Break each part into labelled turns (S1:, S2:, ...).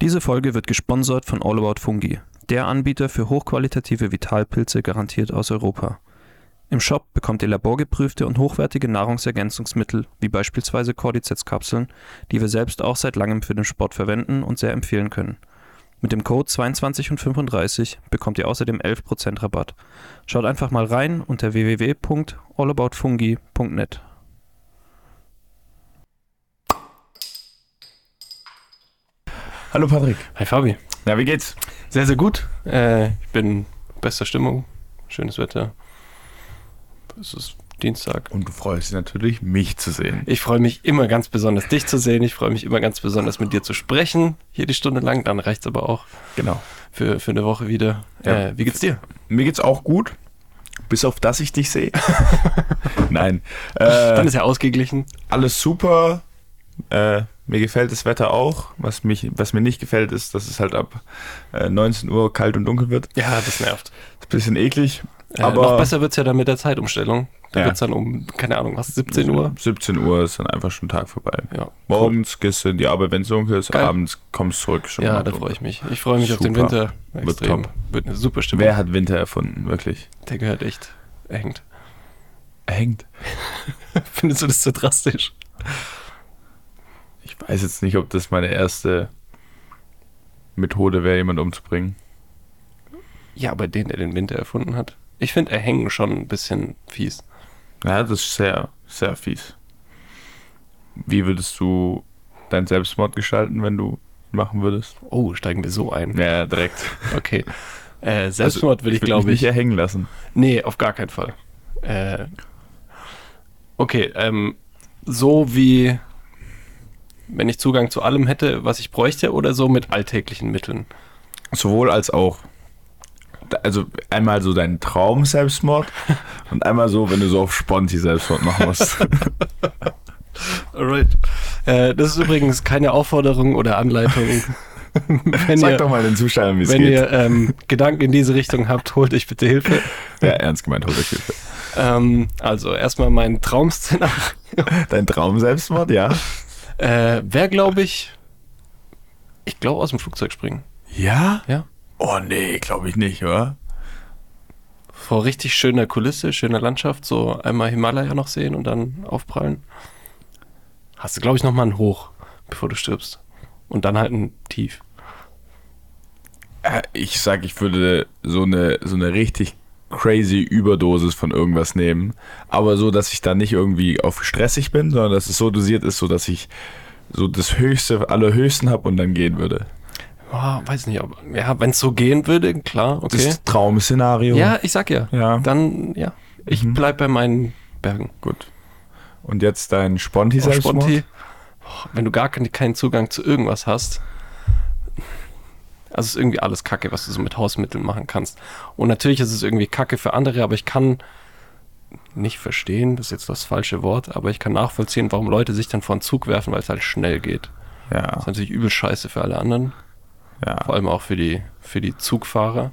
S1: Diese Folge wird gesponsert von All About Fungi, der Anbieter für hochqualitative Vitalpilze garantiert aus Europa. Im Shop bekommt ihr laborgeprüfte und hochwertige Nahrungsergänzungsmittel wie beispielsweise Cordyceps-Kapseln, die wir selbst auch seit langem für den Sport verwenden und sehr empfehlen können. Mit dem Code 22 und 35 bekommt ihr außerdem 11% Rabatt. Schaut einfach mal rein unter www.allaboutfungi.net.
S2: Hallo Patrick.
S3: Hi Fabi.
S2: Na, wie geht's?
S3: Sehr, sehr gut. Äh, ich bin bester Stimmung. Schönes Wetter. Es ist Dienstag.
S2: Und du freust dich natürlich, mich zu sehen.
S3: Ich freue mich immer ganz besonders, dich zu sehen. Ich freue mich immer ganz besonders, mit dir zu sprechen. Hier die Stunde lang, dann reicht's aber auch
S2: Genau.
S3: für, für eine Woche wieder.
S2: Ja.
S3: Äh, wie geht's dir?
S2: Mir geht's auch gut, bis auf dass ich dich sehe. Nein.
S3: Dann
S2: Äh,
S3: ist ja ausgeglichen.
S2: alles super. Äh, mir gefällt das Wetter auch. Was, mich, was mir nicht gefällt, ist, dass es halt ab äh, 19 Uhr kalt und dunkel wird.
S3: Ja, das nervt.
S2: Ist ein bisschen eklig.
S3: Äh,
S2: aber
S3: noch besser wird's ja dann mit der Zeitumstellung. Da
S2: Ja.
S3: wird's dann um, keine Ahnung, was, 17 Uhr?
S2: 17 Uhr ist dann einfach schon Tag vorbei.
S3: Ja.
S2: Morgens gehst du in die Arbeit, wenn es dunkel ist,
S3: Geil.
S2: abends kommst du zurück schon.
S3: Ja,
S2: mal
S3: da
S2: dunkel.
S3: freue ich mich. Ich freue mich auf den
S2: Super.
S3: Winter.
S2: Wird top.
S3: Wird eine super Stimmung.
S2: Wer hat Winter erfunden, wirklich?
S3: Der gehört echt. Er hängt.
S2: Hängt.
S3: Findest du das so drastisch?
S2: Ich weiß jetzt nicht, ob das meine erste Methode wäre, jemanden umzubringen.
S3: Ja, aber den, der den Winter erfunden hat. Ich finde Erhängen schon ein bisschen fies.
S2: Ja, das ist sehr, sehr fies. Wie würdest du deinen Selbstmord gestalten, wenn du ihn machen würdest?
S3: Oh, steigen wir so ein.
S2: Ja, direkt.
S3: Okay. Äh, Selbstmord würde ich,
S2: würd
S3: glaube
S2: mich
S3: ich.
S2: nicht erhängen lassen.
S3: Nee, auf gar keinen Fall. Äh, okay, ähm, so wie wenn ich Zugang zu allem hätte, was ich bräuchte, oder so mit alltäglichen Mitteln.
S2: Sowohl als auch. Da- Also einmal so deinen Traum-Selbstmord und einmal so, wenn du so auf Sponti Selbstmord machen musst.
S3: Alright. Äh, das ist übrigens keine Aufforderung oder Anleitung. wenn
S2: Sag
S3: ihr,
S2: doch mal den Zuschauern, wie es
S3: wenn
S2: geht.
S3: ihr ähm, Gedanken in diese Richtung habt, holt euch bitte Hilfe.
S2: ja, ernst gemeint, holt euch Hilfe.
S3: Ähm, also erstmal mein Traumszenario
S2: Dein Traum-Selbstmord, ja?
S3: äh, wäre, glaube ich, ich glaube aus dem Flugzeug springen.
S2: Ja?
S3: Ja.
S2: Oh nee, glaube ich nicht, oder?
S3: Vor richtig schöner Kulisse, schöner Landschaft, so einmal Himalaya noch sehen und dann aufprallen. Hast du, glaube ich, nochmal einen Hoch, bevor du stirbst. Und dann halt ein Tief.
S2: Äh, Ich sag, ich würde so eine, so eine richtig crazy Überdosis von irgendwas nehmen. Aber so, dass ich da nicht irgendwie auf stressig bin, sondern dass es so dosiert ist, so dass ich so das Höchste, allerhöchsten habe und dann gehen würde.
S3: Ah, weiß nicht, ob, ja, wenn es so gehen würde, klar,
S2: Das
S3: okay.
S2: ist Traum-Szenario.
S3: Ja, ich sag ja.
S2: Ja.
S3: Dann, ja. Ich
S2: Mhm.
S3: bleib bei meinen Bergen.
S2: Gut. Und jetzt dein Sponti
S3: Oh,
S2: selbstmord
S3: Sponti. Oh, Wenn du gar kein- keinen Zugang zu irgendwas hast, also es ist irgendwie alles Kacke, was du so mit Hausmitteln machen kannst. Und natürlich ist es irgendwie Kacke für andere, aber ich kann nicht verstehen, das ist jetzt das falsche Wort, aber ich kann nachvollziehen, warum Leute sich dann vor den Zug werfen, weil es halt schnell geht. Das
S2: Ja,
S3: ist natürlich übel scheiße für alle anderen,
S2: ja.
S3: vor allem auch für die, für die Zugfahrer.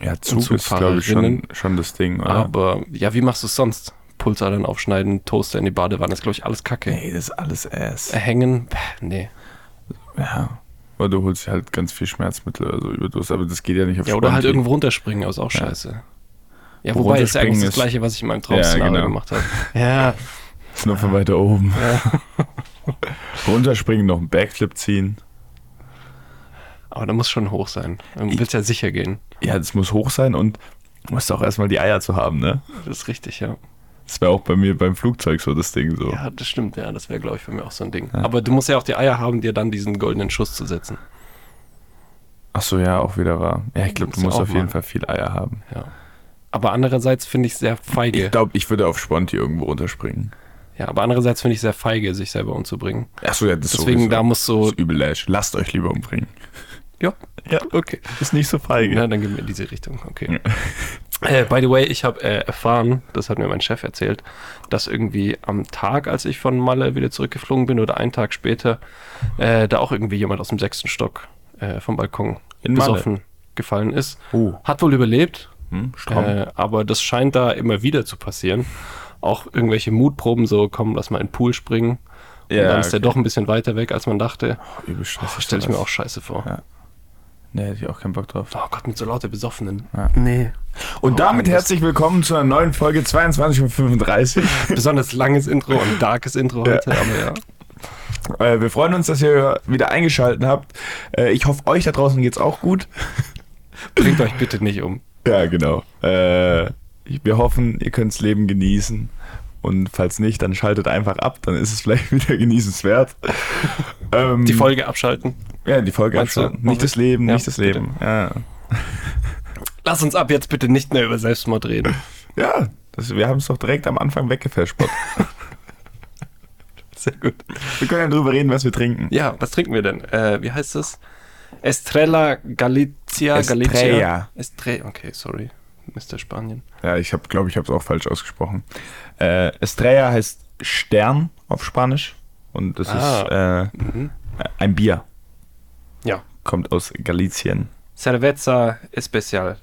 S2: Ja, Zug ist, glaube ich, schon,
S3: Zugfahrerinnen. Ah,
S2: schon das Ding, oder?
S3: Aber ja, wie machst du es sonst? Pulsadern aufschneiden, Toaster in die Badewanne, ist glaube ich alles Kacke.
S2: nee, das ist alles Ass.
S3: Hängen, Päh, nee.
S2: Ja. Oder du holst dir halt ganz viel Schmerzmittel oder so Überdosis, aber das geht ja nicht auf
S3: Ja, oder halt
S2: Sponti.
S3: irgendwo runterspringen, aber ist auch
S2: Ja.
S3: scheiße. Ja,
S2: Wo
S3: wobei ist ja
S2: runterspringen
S3: eigentlich das
S2: ist-
S3: gleiche, was ich in meinem Traumszenario
S2: Ja, genau.
S3: gemacht habe. Ja,
S2: Nur von weiter oben. Runterspringen, noch einen Backflip ziehen.
S3: aber da muss schon hoch sein. Du willst ja sicher gehen.
S2: Ja, das muss hoch sein und du musst auch erstmal die Eier zu haben, ne?
S3: Das ist richtig, ja.
S2: Das wäre auch bei mir beim Flugzeug so das Ding so.
S3: Ja, das stimmt, ja. Das wäre, glaube ich, bei mir auch so ein Ding. Aber du musst ja auch die Eier haben, dir dann diesen goldenen Schuss zu setzen.
S2: Ach so, ja, auch wieder wahr. Ja, ich glaube,
S3: Musst
S2: du
S3: du
S2: musst
S3: auch
S2: auf jeden
S3: mal.
S2: Fall viel Eier haben.
S3: Ja. Aber andererseits finde ich sehr
S2: Ich
S3: feige.
S2: glaube, ich würde auf Sponti irgendwo runterspringen.
S3: Ja, aber andererseits finde ich sehr feige, sich selber umzubringen.
S2: Ach so, ja, das
S3: Deswegen,
S2: sowieso.
S3: da muss so.
S2: Das ist übel Lash. Lasst euch lieber umbringen.
S3: Ja,
S2: Ja.
S3: okay.
S2: Ist nicht so feige.
S3: Na, dann gehen wir in diese Richtung. Okay. Äh, by the way, ich habe äh, erfahren, das hat mir mein Chef erzählt, dass irgendwie am Tag, als ich von Malle wieder zurückgeflogen bin oder einen Tag später, äh, da auch irgendwie jemand aus dem sechsten Stock äh, vom Balkon
S2: In Malle?
S3: besoffen gefallen ist.
S2: Oh.
S3: Hat wohl überlebt,
S2: Hm, stramm.
S3: äh, aber das scheint da immer wieder zu passieren. Auch irgendwelche Mutproben so, komm, lass mal in den Pool springen. und
S2: Ja,
S3: dann ist der doch ein bisschen weiter weg, als man dachte.
S2: Übel
S3: Oh,
S2: stressig.
S3: Stelle ich mir
S2: sowas.
S3: auch scheiße vor.
S2: Ja. Nee, hätte ich auch keinen Bock drauf.
S3: Oh Gott, mit so lauter Besoffenen.
S2: Ja.
S3: Nee.
S2: Und damit
S3: anders.
S2: herzlich willkommen zu einer neuen Folge 22 von 35.
S3: Besonders langes Intro und darkes Intro
S2: Ja.
S3: heute, aber ja.
S2: Äh, wir freuen uns, dass ihr wieder eingeschaltet habt. Äh, ich hoffe, euch da draußen geht's auch gut.
S3: Bringt euch bitte nicht um.
S2: Ja, genau. Äh, ich- wir hoffen, ihr könnt's Leben genießen. Und falls nicht, dann schaltet einfach ab, dann ist es vielleicht wieder genießenswert. Ähm,
S3: Die Folge abschalten.
S2: Ja, die Folge
S3: Meinst du?
S2: abschalten. Nicht das Leben,
S3: Ja,
S2: nicht das
S3: bitte.
S2: Leben. Ja.
S3: Lass uns ab jetzt bitte nicht mehr über Selbstmord reden.
S2: ja das, wir haben es doch direkt am Anfang weggefespert.
S3: Sehr gut.
S2: wir können ja drüber reden, was wir trinken.
S3: Ja, was trinken wir denn? Äh, wie heißt das? Estrella Galicia.
S2: Estrella.
S3: Galicia. Estrella. Okay, sorry. Mr. Spanien.
S2: Ja, ich habe, glaube ich, habe es auch falsch ausgesprochen. Äh, Estrella heißt Stern auf Spanisch und das ist äh, ein Bier.
S3: Ja.
S2: Kommt aus Galicien.
S3: Cerveza Especial.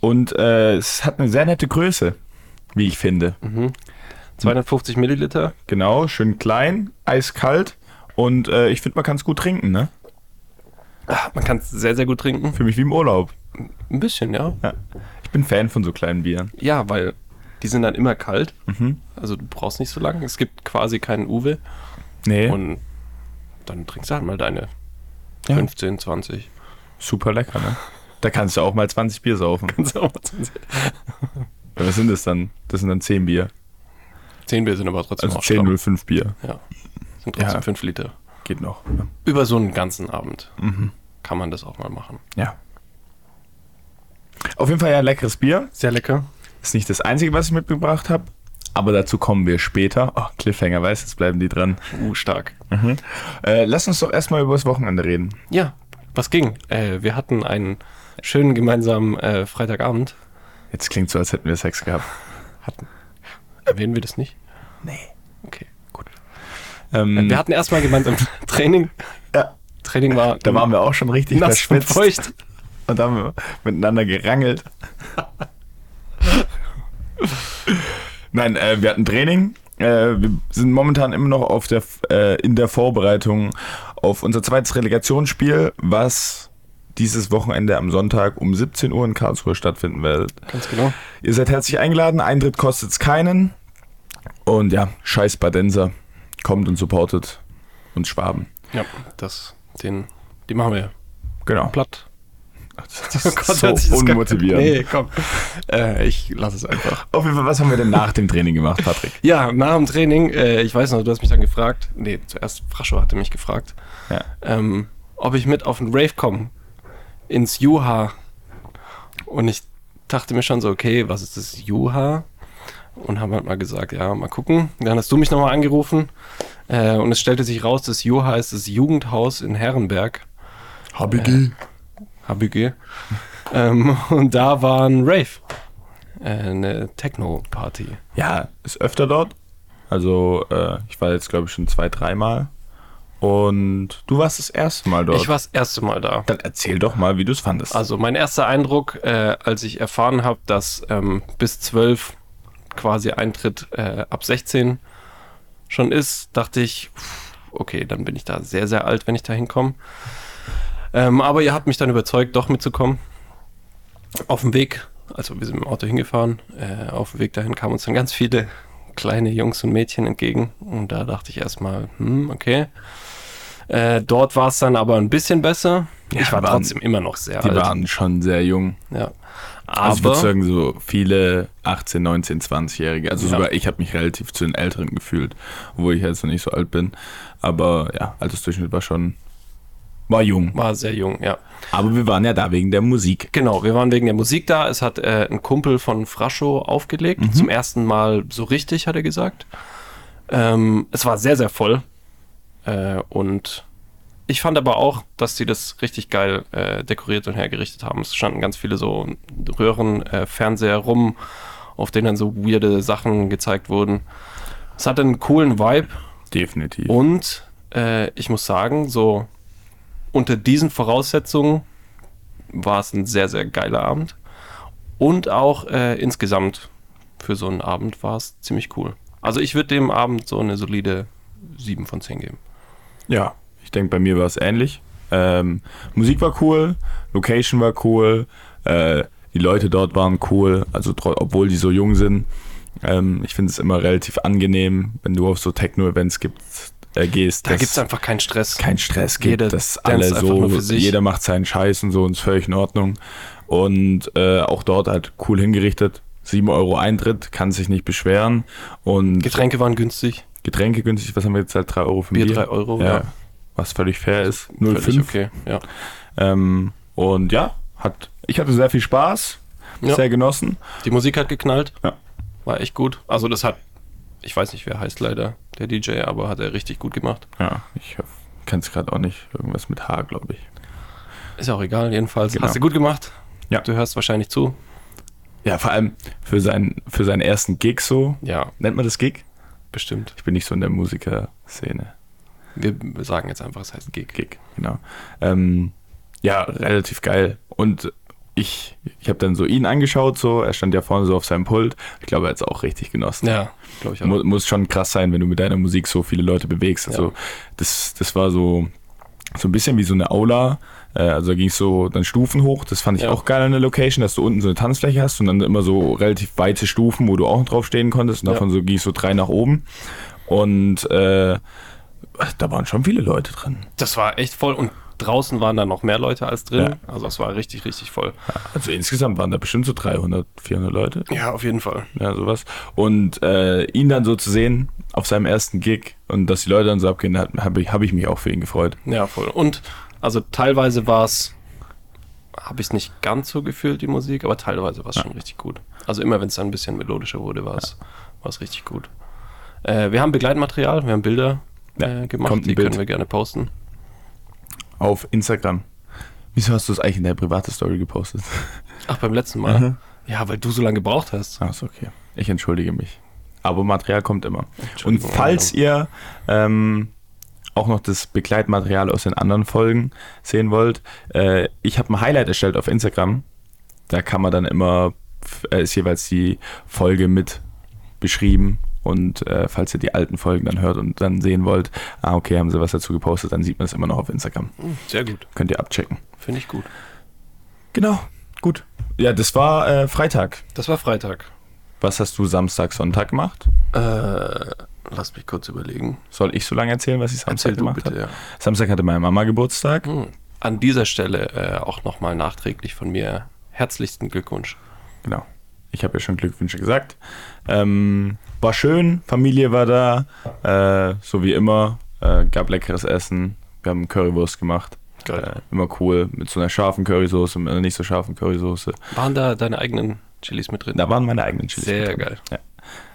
S2: Und äh, es hat eine sehr nette Größe, wie ich finde.
S3: 250 Milliliter.
S2: Genau, schön klein, eiskalt und äh, ich finde, man kann es gut trinken, ne?
S3: Ah, Man kann es sehr, sehr gut trinken.
S2: Für mich wie im Urlaub.
S3: Ein bisschen, ja.
S2: Ja. Ich bin Fan von so kleinen Bieren.
S3: Ja, weil die sind dann immer kalt. Also du brauchst nicht so lange. Es gibt quasi keinen Uwe.
S2: Nee,
S3: Und dann trinkst du halt mal deine
S2: Ja.
S3: 15, 20.
S2: super lecker, ne? Da kannst du auch mal 20 Bier saufen.
S3: Kannst du auch mal 20.
S2: Was sind das dann? Das sind dann 10 Bier.
S3: 10 Bier sind aber trotzdem
S2: Also
S3: auch stark.
S2: 10,05 Bier.
S3: Ja. Sind trotzdem
S2: Ja.
S3: 5 Liter.
S2: Geht noch.
S3: über so einen ganzen Abend
S2: Mhm.
S3: kann man das auch mal machen.
S2: Ja. Auf jeden Fall ja ein leckeres Bier.
S3: Sehr lecker.
S2: Ist nicht das einzige, was ich mitgebracht habe. Aber dazu kommen wir später. Oh, Cliffhanger, weißt du, jetzt bleiben die dran.
S3: Uh, stark.
S2: Äh, lass uns doch erstmal über das Wochenende reden.
S3: Ja, was ging? Äh, wir hatten einen schönen gemeinsamen äh, Freitagabend.
S2: Jetzt klingt so, als hätten wir Sex gehabt.
S3: Erwähnen wir das nicht?
S2: Nee.
S3: Okay, gut.
S2: Ähm,
S3: Wir hatten erstmal gemeinsam Training.
S2: Ja.
S3: Training war
S2: da waren wir auch schon richtig
S3: nass und
S2: verschwitzt
S3: feucht.
S2: und haben wir miteinander gerangelt. Nein, äh, wir hatten Training. Äh, wir sind momentan immer noch auf der, äh, in der Vorbereitung auf unser zweites Relegationsspiel, was dieses Wochenende am Sonntag um 17 Uhr in Karlsruhe stattfinden wird.
S3: Ganz genau.
S2: Ihr seid herzlich eingeladen, Eintritt kostet's keinen. Und ja, scheiß Badenser. Kommt und supportet uns Schwaben.
S3: Ja, das, den, die machen wir
S2: Genau.
S3: platt. Oh
S2: Das ist so unmotivierend.
S3: Nee, komm. Äh, ich lasse es einfach.
S2: Auf jeden Fall, was haben wir denn nach dem Training gemacht, Patrick?
S3: Ja, nach dem Training, äh, ich weiß noch, du hast mich dann gefragt, nee, zuerst Frascho hatte mich gefragt,
S2: Ja.
S3: ähm, ob ich mit auf den Rave komme, ins Juha. Und ich dachte mir schon so, okay, was ist das Juha? Und haben halt mal gesagt, ja, mal gucken. Dann hast du mich nochmal angerufen äh, und es stellte sich raus, das Juha ist das Jugendhaus in Herrenberg,
S2: HBG.
S3: HBG. ähm, und da war ein Rave, äh, eine Techno-Party.
S2: Ja, ist öfter dort. Also, äh, ich war jetzt, glaube ich, schon zwei, dreimal. Und du warst das erste Mal dort.
S3: Ich war das erste Mal da.
S2: dann erzähl doch mal, wie du es fandest.
S3: Also mein erster Eindruck, äh, als ich erfahren habe, dass ähm, bis 12 quasi Eintritt äh, ab 16 schon ist, dachte ich, pff, okay, dann bin ich da sehr, sehr alt, wenn ich da hinkomme. Ähm, aber ihr habt mich dann überzeugt, doch mitzukommen. Auf dem Weg, also wir sind im Auto hingefahren, äh, auf dem Weg dahin kamen uns dann ganz viele kleine Jungs und Mädchen entgegen. Und da dachte ich erstmal, hm, okay. Äh, dort war es dann aber ein bisschen besser.
S2: Ja,
S3: ich war
S2: waren-
S3: trotzdem immer noch sehr
S2: die
S3: alt.
S2: waren schon sehr jung.
S3: Ja.
S2: Also ich würde
S3: also Aber
S2: sagen, so viele 18, 19, 20-Jährige. Also
S3: Ja.
S2: sogar ich habe mich relativ zu den Älteren gefühlt, obwohl ich jetzt noch nicht so alt bin. Aber ja, Altersdurchschnitt war schon, war jung.
S3: war sehr jung, ja.
S2: Aber wir waren ja da wegen der Musik.
S3: Genau, wir waren wegen der Musik da. Es hat äh, ein Kumpel von Frascho aufgelegt.
S2: Mhm.
S3: Zum ersten Mal so richtig, hat er gesagt. Ähm, es war sehr, sehr voll. Äh, und ich fand aber auch, dass sie das richtig geil äh, dekoriert und hergerichtet haben. Es standen ganz viele so Röhren, äh, Fernseher rum, auf denen dann so weirde Sachen gezeigt wurden. Es hatte einen coolen Vibe.
S2: Definitiv.
S3: Und äh, ich muss sagen, so unter diesen Voraussetzungen war es ein sehr, sehr geiler Abend. Und auch äh, insgesamt für so einen Abend war es ziemlich cool. Also ich würde dem Abend so eine solide sieben von zehn geben.
S2: Ja, ich denke, bei mir war es ähnlich. Ähm, Musik war cool, Location war cool, äh, die Leute dort waren cool, also tro- obwohl die so jung sind. Ähm, ich finde es immer relativ angenehm, wenn du auf so Techno-Events gibt, äh, gehst.
S3: Da
S2: dass
S3: gibt es einfach keinen Stress.
S2: keinen Stress gibt,
S3: Jeder
S2: dass alle
S3: tanzt einfach
S2: so,
S3: nur für sich.
S2: jeder macht seinen Scheiß und so und ist völlig in Ordnung. Und äh, auch dort halt cool hingerichtet. 7 Euro Eintritt, kann sich nicht beschweren. Und
S3: Getränke waren günstig.
S2: Getränke günstig, was haben wir jetzt halt 3 Euro für
S3: Bier 3 Euro.
S2: Ja, Was völlig fair ist.
S3: Völlig
S2: 0,5.
S3: okay. Ja.
S2: Ähm, und ja, hat, ich hatte sehr viel Spaß,
S3: Ja.
S2: sehr genossen.
S3: Die Musik hat geknallt.
S2: Ja.
S3: War echt gut. Also das hat, ich weiß nicht, wer heißt leider, der DJ, aber hat er richtig gut gemacht.
S2: Ja, ich kann es gerade auch nicht. Irgendwas mit H, glaube ich.
S3: Ist ja auch egal, jedenfalls.
S2: Genau.
S3: Hast du gut gemacht.
S2: Ja.
S3: Du hörst wahrscheinlich zu.
S2: Ja, vor allem für seinen, für seinen ersten Gig so.
S3: Ja,
S2: Nennt man das Gig?
S3: bestimmt.
S2: Ich bin nicht so in der Musikerszene.
S3: Wir sagen jetzt einfach, es heißt Gig.
S2: Gig, genau. Ähm, ja, relativ geil. Und ich, ich habe dann so ihn angeschaut, so, er stand ja vorne so auf seinem Pult. Ich glaube, er hat es auch richtig genossen.
S3: Ja, glaube ich auch.
S2: Mu muss schon krass sein, wenn du mit deiner Musik so viele Leute bewegst. Also
S3: Ja.
S2: das, das war so, so ein bisschen wie so eine Aula. Äh, Also da ging es so dann Stufen hoch. Das fand ich
S3: Ja.
S2: auch geil an der Location, dass du unten so eine Tanzfläche hast und dann immer so relativ weite Stufen, wo du auch drauf stehen konntest. Und
S3: Ja.
S2: davon so ging es so drei nach oben. Und äh, da waren schon viele Leute drin.
S3: Das war echt voll und draußen waren da noch mehr Leute als drin. Also es war richtig, richtig voll.
S2: Also insgesamt waren da bestimmt so 300, 400 Leute,
S3: Ja, auf jeden Fall.
S2: ja, sowas. Und äh, ihn dann so zu sehen auf seinem ersten Gig und dass die Leute dann so abgehen, hat- habe ich, hab ich mich auch für ihn gefreut.
S3: Ja, voll. Und also teilweise war es, habe ich es nicht ganz so gefühlt, die Musik, aber teilweise war es schon richtig gut. Also immer, wenn es dann ein bisschen melodischer wurde, war es war es richtig gut. Äh, wir haben Begleitmaterial, wir haben Bilder
S2: Ja,
S3: äh, gemacht,
S2: kommt ein
S3: die
S2: Bild.
S3: können wir gerne posten.
S2: Auf Instagram. Wieso hast du es eigentlich in der privaten Story gepostet?
S3: Ach, beim letzten Mal. Ja, weil du so lange gebraucht hast.
S2: Ach, ist okay. Ich entschuldige mich. Aber Material kommt immer. Und
S3: Entschuldigung,
S2: falls ihr ähm, auch noch das Begleitmaterial aus den anderen Folgen sehen wollt, äh, ich habe ein Highlight erstellt auf Instagram. Da kann man dann immer, f- äh, ist jeweils die Folge mit beschrieben. Und äh, falls ihr die alten Folgen dann hört und dann sehen wollt, ah, okay, haben sie was dazu gepostet, dann sieht man es immer noch auf Instagram.
S3: Sehr gut.
S2: Könnt ihr abchecken.
S3: Finde ich gut.
S2: Genau, gut. Ja, das war äh, Freitag.
S3: Das war Freitag.
S2: Was hast du Samstag, Sonntag gemacht?
S3: Äh, lass mich kurz überlegen.
S2: Soll ich so lange erzählen, was ich Samstag
S3: Erzähl du
S2: gemacht
S3: bitte,
S2: habe?
S3: ja.
S2: Samstag hatte meine Mama Geburtstag.
S3: Hm. An dieser Stelle äh, auch nochmal nachträglich von mir herzlichsten Glückwunsch.
S2: Genau. Ich habe ja schon Glückwünsche gesagt. Ähm, war schön, Familie war da, äh, so wie immer. Äh, gab leckeres Essen. Wir haben Currywurst gemacht.
S3: Geil.
S2: Äh, immer cool, mit so einer scharfen Currysoße, mit einer nicht so scharfen Currysoße.
S3: Waren da deine eigenen Chilis mit drin?
S2: Da waren meine eigenen Chilis.
S3: Sehr
S2: mit drin.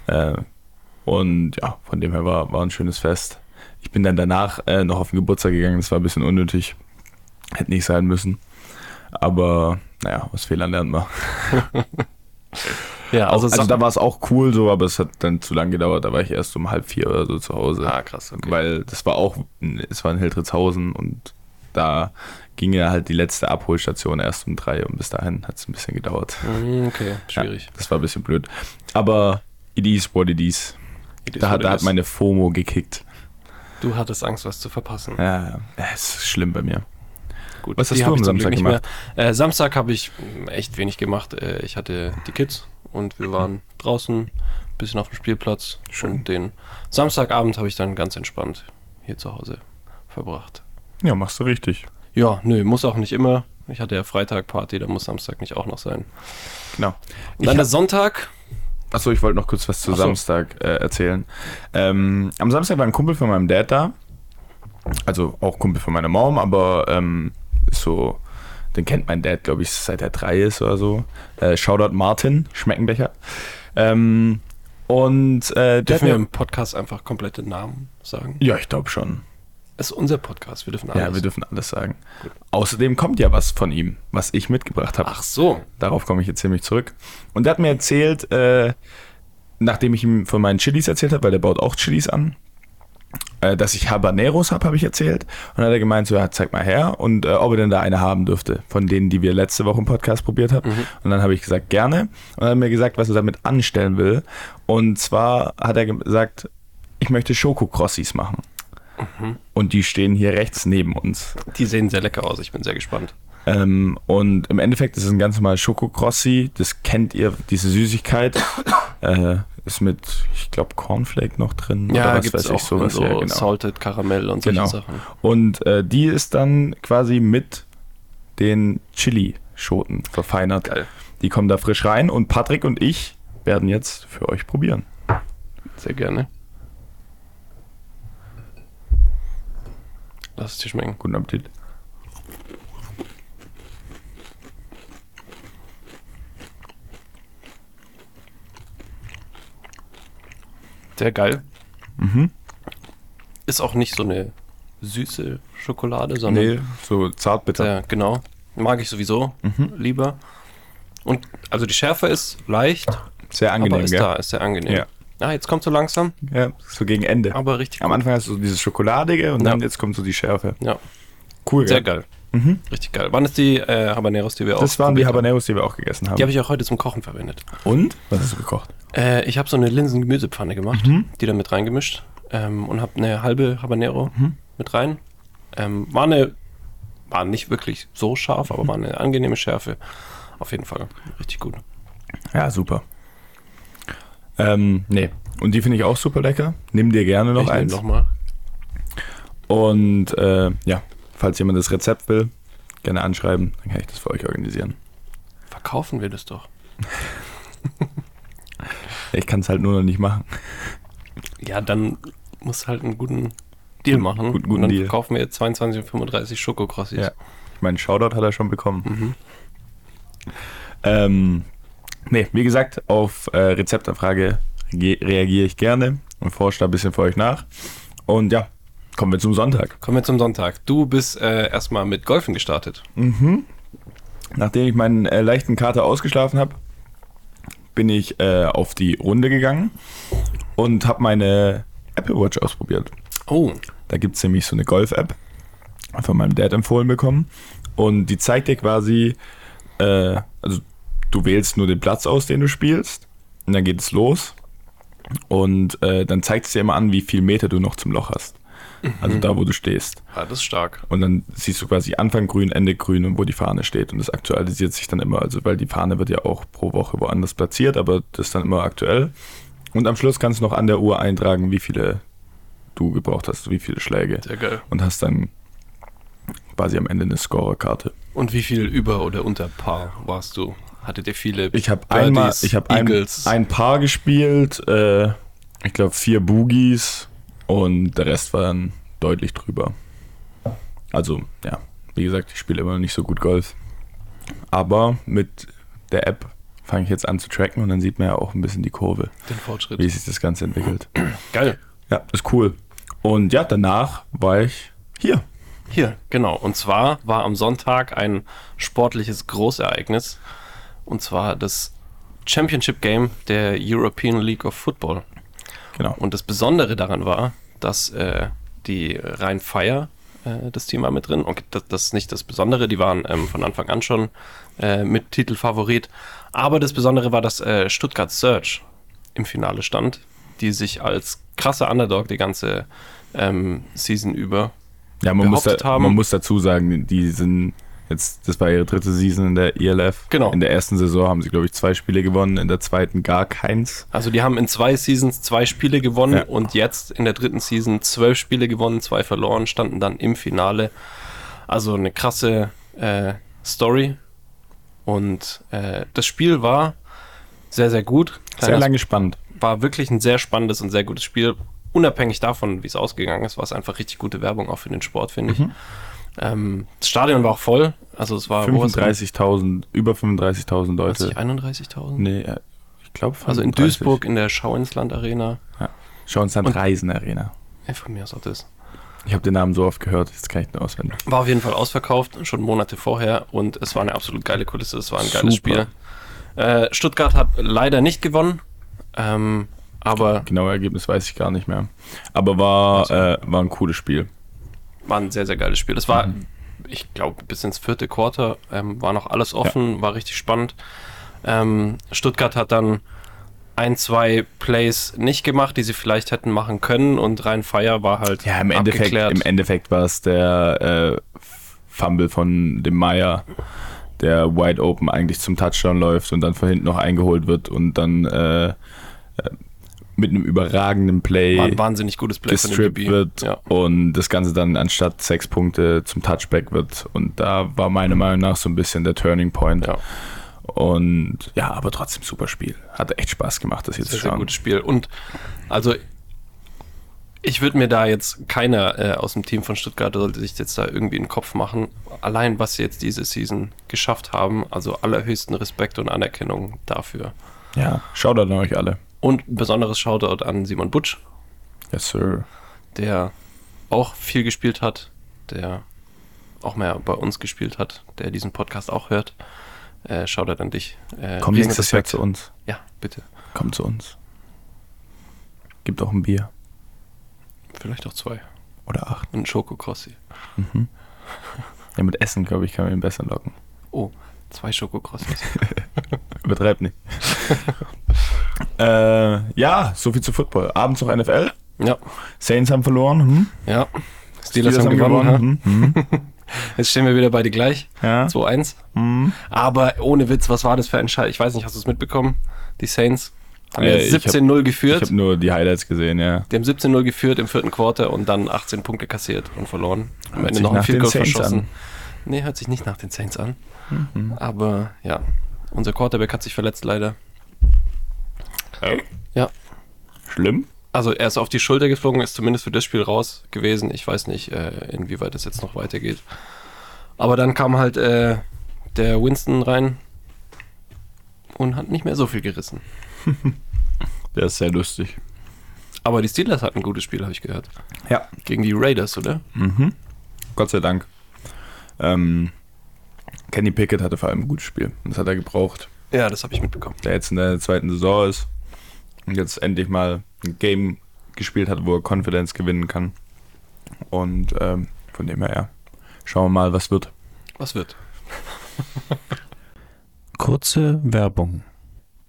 S3: geil.
S2: Äh, und ja, von dem her war, war ein schönes Fest. Ich bin dann danach äh, noch auf den Geburtstag gegangen, das war ein bisschen unnötig. Hätte nicht sein müssen. Aber naja, aus Fehlern lernt man.
S3: Ja,
S2: Also,
S3: also,
S2: also
S3: Sam-
S2: da war es auch cool so, aber es hat dann zu lang gedauert. Da war ich erst um halb vier oder so zu Hause.
S3: Ah, krass, okay.
S2: Weil das war auch, es war in Hiltritzhausen und da ging ja halt die letzte Abholstation erst um drei und bis dahin hat es ein bisschen gedauert.
S3: Hm, okay, schwierig.
S2: also- Ja, das war ein bisschen blöd. Aber it is what it is. Da, hat- da hat meine FOMO gekickt.
S3: du hattest Angst, was zu verpassen.
S2: Ja, ja. es ist schlimm bei mir.
S3: Gut,
S2: Was hast
S3: die
S2: du
S3: hab
S2: am
S3: ich zum
S2: Samstag
S3: Glück nicht Mehr. Äh, Samstag habe ich mh, echt wenig gemacht. Äh, ich hatte die Kids und wir waren draußen, bisschen auf dem Spielplatz. Und den Samstagabend habe ich dann ganz entspannt hier zu Hause verbracht.
S2: Ja, machst du richtig.
S3: Ja, nö, muss auch nicht immer. Ich hatte ja Freitag Party, da muss Samstag nicht auch noch sein.
S2: Genau.
S3: Und
S2: Ich
S3: dann
S2: hab-
S3: der Sonntag.
S2: Achso, ich wollte noch kurz was zu
S3: Ach so.
S2: Samstag äh, erzählen. Ähm, am Samstag war ein Kumpel von meinem Dad da. Also auch Kumpel von meiner Mom, aber ähm, ist so, den kennt mein Dad, glaube ich, seit er drei ist oder so. Äh, Shoutout Martin Schmeckenbecher. Ähm, und äh, der hat
S3: Dürfen wir
S2: mir,
S3: im Podcast einfach komplette Namen sagen?
S2: ja, ich glaube schon.
S3: Es ist unser Podcast, wir dürfen alles.
S2: Ja, wir dürfen alles sagen. Außerdem kommt ja was von ihm, was ich mitgebracht habe.
S3: Ach so.
S2: Darauf komme ich jetzt ziemlich zurück. Und der hat mir erzählt, äh, nachdem ich ihm von meinen Chilis erzählt habe, weil der baut auch Chilis an, äh, dass ich Habaneros habe, habe ich erzählt. Und dann hat er gemeint, so, ja, zeig mal her und äh, ob er denn da eine haben dürfte, von denen, die wir letzte Woche im Podcast probiert haben. Und dann habe ich gesagt, gerne. Und dann hat er mir gesagt, was er damit anstellen will. Und zwar hat er gesagt, ich möchte Schokokrossis machen. Und die stehen hier rechts neben uns.
S3: Die sehen sehr lecker aus, ich bin sehr gespannt.
S2: Ähm, und im Endeffekt ist es ein ganz normales Schokokrossi. Das kennt ihr, diese Süßigkeit. äh, ist mit, ich glaube, Cornflake noch drin.
S3: Ja,
S2: was
S3: gibt es
S2: weiß ich,
S3: auch
S2: sowas.
S3: so
S2: Ja, genau.
S3: Salted Karamell und solche
S2: Genau.
S3: Sachen.
S2: Und äh, die ist dann quasi mit den Chili-Schoten verfeinert.
S3: Geil.
S2: Die kommen da frisch rein und Patrick und ich werden jetzt für euch probieren.
S3: Sehr gerne. Lass es dir schmecken.
S2: Guten Appetit.
S3: Sehr geil.
S2: Mhm.
S3: Ist auch nicht so eine süße Schokolade, sondern
S2: Nee, so zartbitter.
S3: sehr, genau. Mag ich sowieso
S2: Mhm.
S3: lieber. Und also die Schärfe ist leicht,
S2: Sehr angenehm,
S3: aber ist
S2: gell?
S3: da, ist sehr angenehm.
S2: Ja.
S3: Ah, jetzt kommt so langsam,
S2: Ja, so gegen Ende.
S3: aber richtig
S2: Am Anfang hast du so dieses Schokoladige und
S3: Ja.
S2: dann jetzt kommt so die Schärfe.
S3: Ja,
S2: Cool,
S3: sehr
S2: gell?
S3: geil. Richtig geil. Wann ist die äh, Habaneros, die wir auch
S2: Das waren die
S3: probiert haben?
S2: Habaneros, die wir auch gegessen haben.
S3: Die habe ich auch heute zum Kochen verwendet.
S2: und? Was hast du gekocht?
S3: Äh, ich habe so eine Linsen-Gemüsepfanne gemacht,
S2: Mhm.
S3: die da mit reingemischt ähm, und habe eine halbe Habanero
S2: Mhm.
S3: mit rein. Ähm, war eine, war nicht wirklich so scharf,
S2: Mhm.
S3: aber war eine angenehme Schärfe. Auf jeden Fall richtig gut.
S2: Ja, super. Ähm, nee. Und die finde ich auch super lecker. Nimm dir gerne noch
S3: ich nehm
S2: eins.
S3: noch mal.
S2: Und äh, ja, falls jemand das Rezept will, gerne anschreiben, dann kann ich das für euch organisieren.
S3: Verkaufen wir das doch.
S2: Ich kann es halt nur noch nicht machen.
S3: Ja, dann muss halt einen guten Deal machen.
S2: guten-
S3: und
S2: guten
S3: dann
S2: Deal.
S3: verkaufen wir jetzt 22 und 35 Schokokrossis.
S2: Ja. Ich meine, Shoutout hat er schon bekommen.
S3: Mhm.
S2: Ähm, nee, wie gesagt, auf äh, Rezeptanfrage ge- reagiere ich gerne und forsche da ein bisschen für euch nach. Und ja, kommen wir zum Sonntag.
S3: Kommen wir zum Sonntag. Du bist äh, erstmal mit Golfen gestartet.
S2: Nachdem ich meinen äh, leichten Kater ausgeschlafen habe, bin ich äh, auf die Runde gegangen und habe meine Apple Watch ausprobiert.
S3: Oh,
S2: Da gibt es nämlich so eine Golf-App, von meinem Dad empfohlen bekommen. Und die zeigt dir quasi, äh, also du wählst nur den Platz aus, den du spielst. Und dann geht es los. Und äh, dann zeigt es dir immer an, wie viel Meter du noch zum Loch hast. Also da, wo du stehst.
S3: ja, das ist stark.
S2: Und dann siehst du quasi Anfang grün, Ende grün und wo die Fahne steht. Und das aktualisiert sich dann immer. Also, weil die Fahne wird ja auch pro Woche woanders platziert, aber das ist dann immer aktuell. Und am Schluss kannst du noch an der Uhr eintragen, wie viele du gebraucht hast, wie viele Schläge.
S3: Sehr geil.
S2: Und hast dann quasi am Ende eine Scorerkarte.
S3: Und wie viel über oder unter Paar warst du? Hattet ihr viele?
S2: Ich habe
S3: Birdies,
S2: einmal, ich habe ein,
S3: Eagles.
S2: ein Paar gespielt, äh, ich glaube vier Boogies und der Rest war dann deutlich drüber. Also, ja, wie gesagt, ich spiele immer noch nicht so gut Golf. Aber mit der App fange ich jetzt an zu tracken und dann sieht man ja auch ein bisschen die Kurve,
S3: den Fortschritt.
S2: wie sich das Ganze entwickelt.
S3: Geil.
S2: Ja, ist cool. Und ja, danach war ich hier.
S3: Hier, genau. Und zwar war am Sonntag ein sportliches Großereignis. Und zwar das Championship Game der European League of Football.
S2: Genau.
S3: Und das Besondere daran war, dass äh, die Rhein-Fire, äh, das Team war mit drin. Und das, das ist nicht das Besondere, die waren ähm, von Anfang an schon äh, mit Titelfavorit. Aber das Besondere war, dass äh, Stuttgart Surge im Finale stand, die sich als krasser Underdog die ganze ähm, Season über
S2: Ja, man muss,
S3: behauptet
S2: da,
S3: haben.
S2: man muss dazu sagen, die sind jetzt, das war ihre dritte Season in der ELF.
S3: Genau.
S2: In der ersten Saison haben sie, glaube ich, zwei Spiele gewonnen, in der zweiten gar keins.
S3: Also die haben in zwei Seasons zwei Spiele gewonnen
S2: Ja.
S3: und jetzt in der dritten Season zwölf Spiele gewonnen, zwei verloren, standen dann im Finale. Also eine krasse äh, Story. Und äh, das Spiel war sehr, sehr gut.
S2: Sehr lange spannend.
S3: War wirklich ein sehr spannendes und sehr gutes Spiel. Unabhängig davon, wie es ausgegangen ist, war es einfach richtig gute Werbung auch für den Sport, finde
S2: Mhm.
S3: ich. Ähm, das Stadion war auch voll. Also es war wo war's?
S2: 35.000, über 35.000
S3: War's
S2: Leute.
S3: nicht 31.000.
S2: Nee, ja, ich glaube
S3: Also in Duisburg in der Schauinsland Arena.
S2: Schauen uns an
S3: Und-
S2: Reisen Arena.
S3: Ey, von mir aus auch das.
S2: Ich habe den Namen so oft gehört, jetzt kann ich den auswendig.
S3: War auf jeden Fall ausverkauft, schon Monate vorher und es war eine absolut geile Kulisse, es war ein geiles
S2: Super.
S3: Spiel. Äh, Stuttgart hat leider nicht gewonnen, ähm, aber
S2: Genaue Ergebnis weiß ich gar nicht mehr. Aber war,
S3: Also-
S2: äh, war ein cooles Spiel.
S3: war ein sehr, sehr geiles Spiel. Es war,
S2: Mhm.
S3: ich glaube, bis ins vierte Quarter ähm, war noch alles offen, war richtig spannend. Ähm, Stuttgart hat dann ein, zwei Plays nicht gemacht, die sie vielleicht hätten machen können und rein Fire war halt
S2: Ja, im Endeffekt,
S3: abgeklärt.
S2: im Endeffekt war es der äh, Fumble von dem Meyer, der wide open eigentlich zum Touchdown läuft und dann von hinten noch eingeholt wird und dann äh, äh, mit einem überragenden Play
S3: war ein wahnsinnig gutes Play von dem
S2: gestrippt
S3: DB.
S2: wird
S3: Ja.
S2: und das Ganze dann anstatt sechs Punkte zum Touchback wird. Und da war meiner Meinung nach so ein bisschen der Turning Point.
S3: Ja.
S2: Und ja, aber trotzdem super Spiel. Hat echt Spaß gemacht, das hier zu
S3: sehr, sehr
S2: schauen.
S3: gutes Spiel. Und also ich würde mir da jetzt keiner äh, aus dem Team von Stuttgart sollte sich jetzt da irgendwie einen Kopf machen. Allein was sie jetzt diese Season geschafft haben, also allerhöchsten Respekt und Anerkennung dafür.
S2: Ja, schaut an euch alle.
S3: Und ein besonderes Shoutout an Simon Butsch,
S2: Yes, sir.
S3: der auch viel gespielt hat, der auch mehr bei uns gespielt hat, der diesen Podcast auch hört. Äh, Shoutout an dich. Äh,
S2: Komm
S3: riesen
S2: nächstes Jahr
S3: Respekt.
S2: zu uns.
S3: Ja, bitte.
S2: Komm zu uns. Gibt auch ein Bier.
S3: Vielleicht auch zwei.
S2: Oder acht.
S3: Und Schokokrossi.
S2: Ja, mit Essen, glaube ich, kann man ihn besser locken.
S3: Oh, zwei Schokokrossis.
S2: Übertreibt nicht. äh, ja, soviel zu Football. Abends noch NFL.
S3: ja,
S2: Saints haben verloren. Hm?
S3: Ja. Steelers, haben gewonnen.
S2: Hm? Hm?
S3: ja. Jetzt stehen wir wieder beide gleich.
S2: Ja.
S3: 2-1.
S2: Hm?
S3: Aber ohne Witz, was war das für ein Scheiß? Ich weiß nicht, hast du es mitbekommen? Die Saints haben
S2: Äh,
S3: jetzt
S2: ich hab-
S3: 17-0
S2: Ich
S3: geführt.
S2: habe nur die Highlights gesehen, ja.
S3: Die haben 17-0 geführt im vierten Quarter und dann 18 Punkte kassiert und verloren.
S2: Hört
S3: Am Ende
S2: sich
S3: noch ein
S2: nach
S3: Field
S2: den
S3: Goal
S2: Saints
S3: verschossen.
S2: an. Mhm.
S3: Nee, hört sich nicht nach den Saints an. Aber ja, unser Quarterback hat sich verletzt leider. Ja.
S2: Schlimm?
S3: Also er ist auf die Schulter geflogen, ist zumindest für das Spiel raus gewesen. Ich weiß nicht, äh, inwieweit es jetzt noch weitergeht. Aber dann kam halt äh, der Winston rein und hat nicht mehr so viel gerissen.
S2: Der ist sehr lustig.
S3: Aber die Steelers hatten ein gutes Spiel, habe ich gehört.
S2: Ja.
S3: Gegen die Raiders, oder?
S2: Mhm. Gott sei Dank. Ähm, Kenny Pickett hatte vor allem ein gutes Spiel. Das hat er gebraucht.
S3: Ja, das habe ich mitbekommen.
S2: der jetzt in der zweiten Saison ist und jetzt endlich mal ein Game gespielt hat, wo er Confidence gewinnen kann. Und ähm, von dem her, ja. Schauen wir mal, was wird.
S3: Was wird?
S1: Kurze Werbung.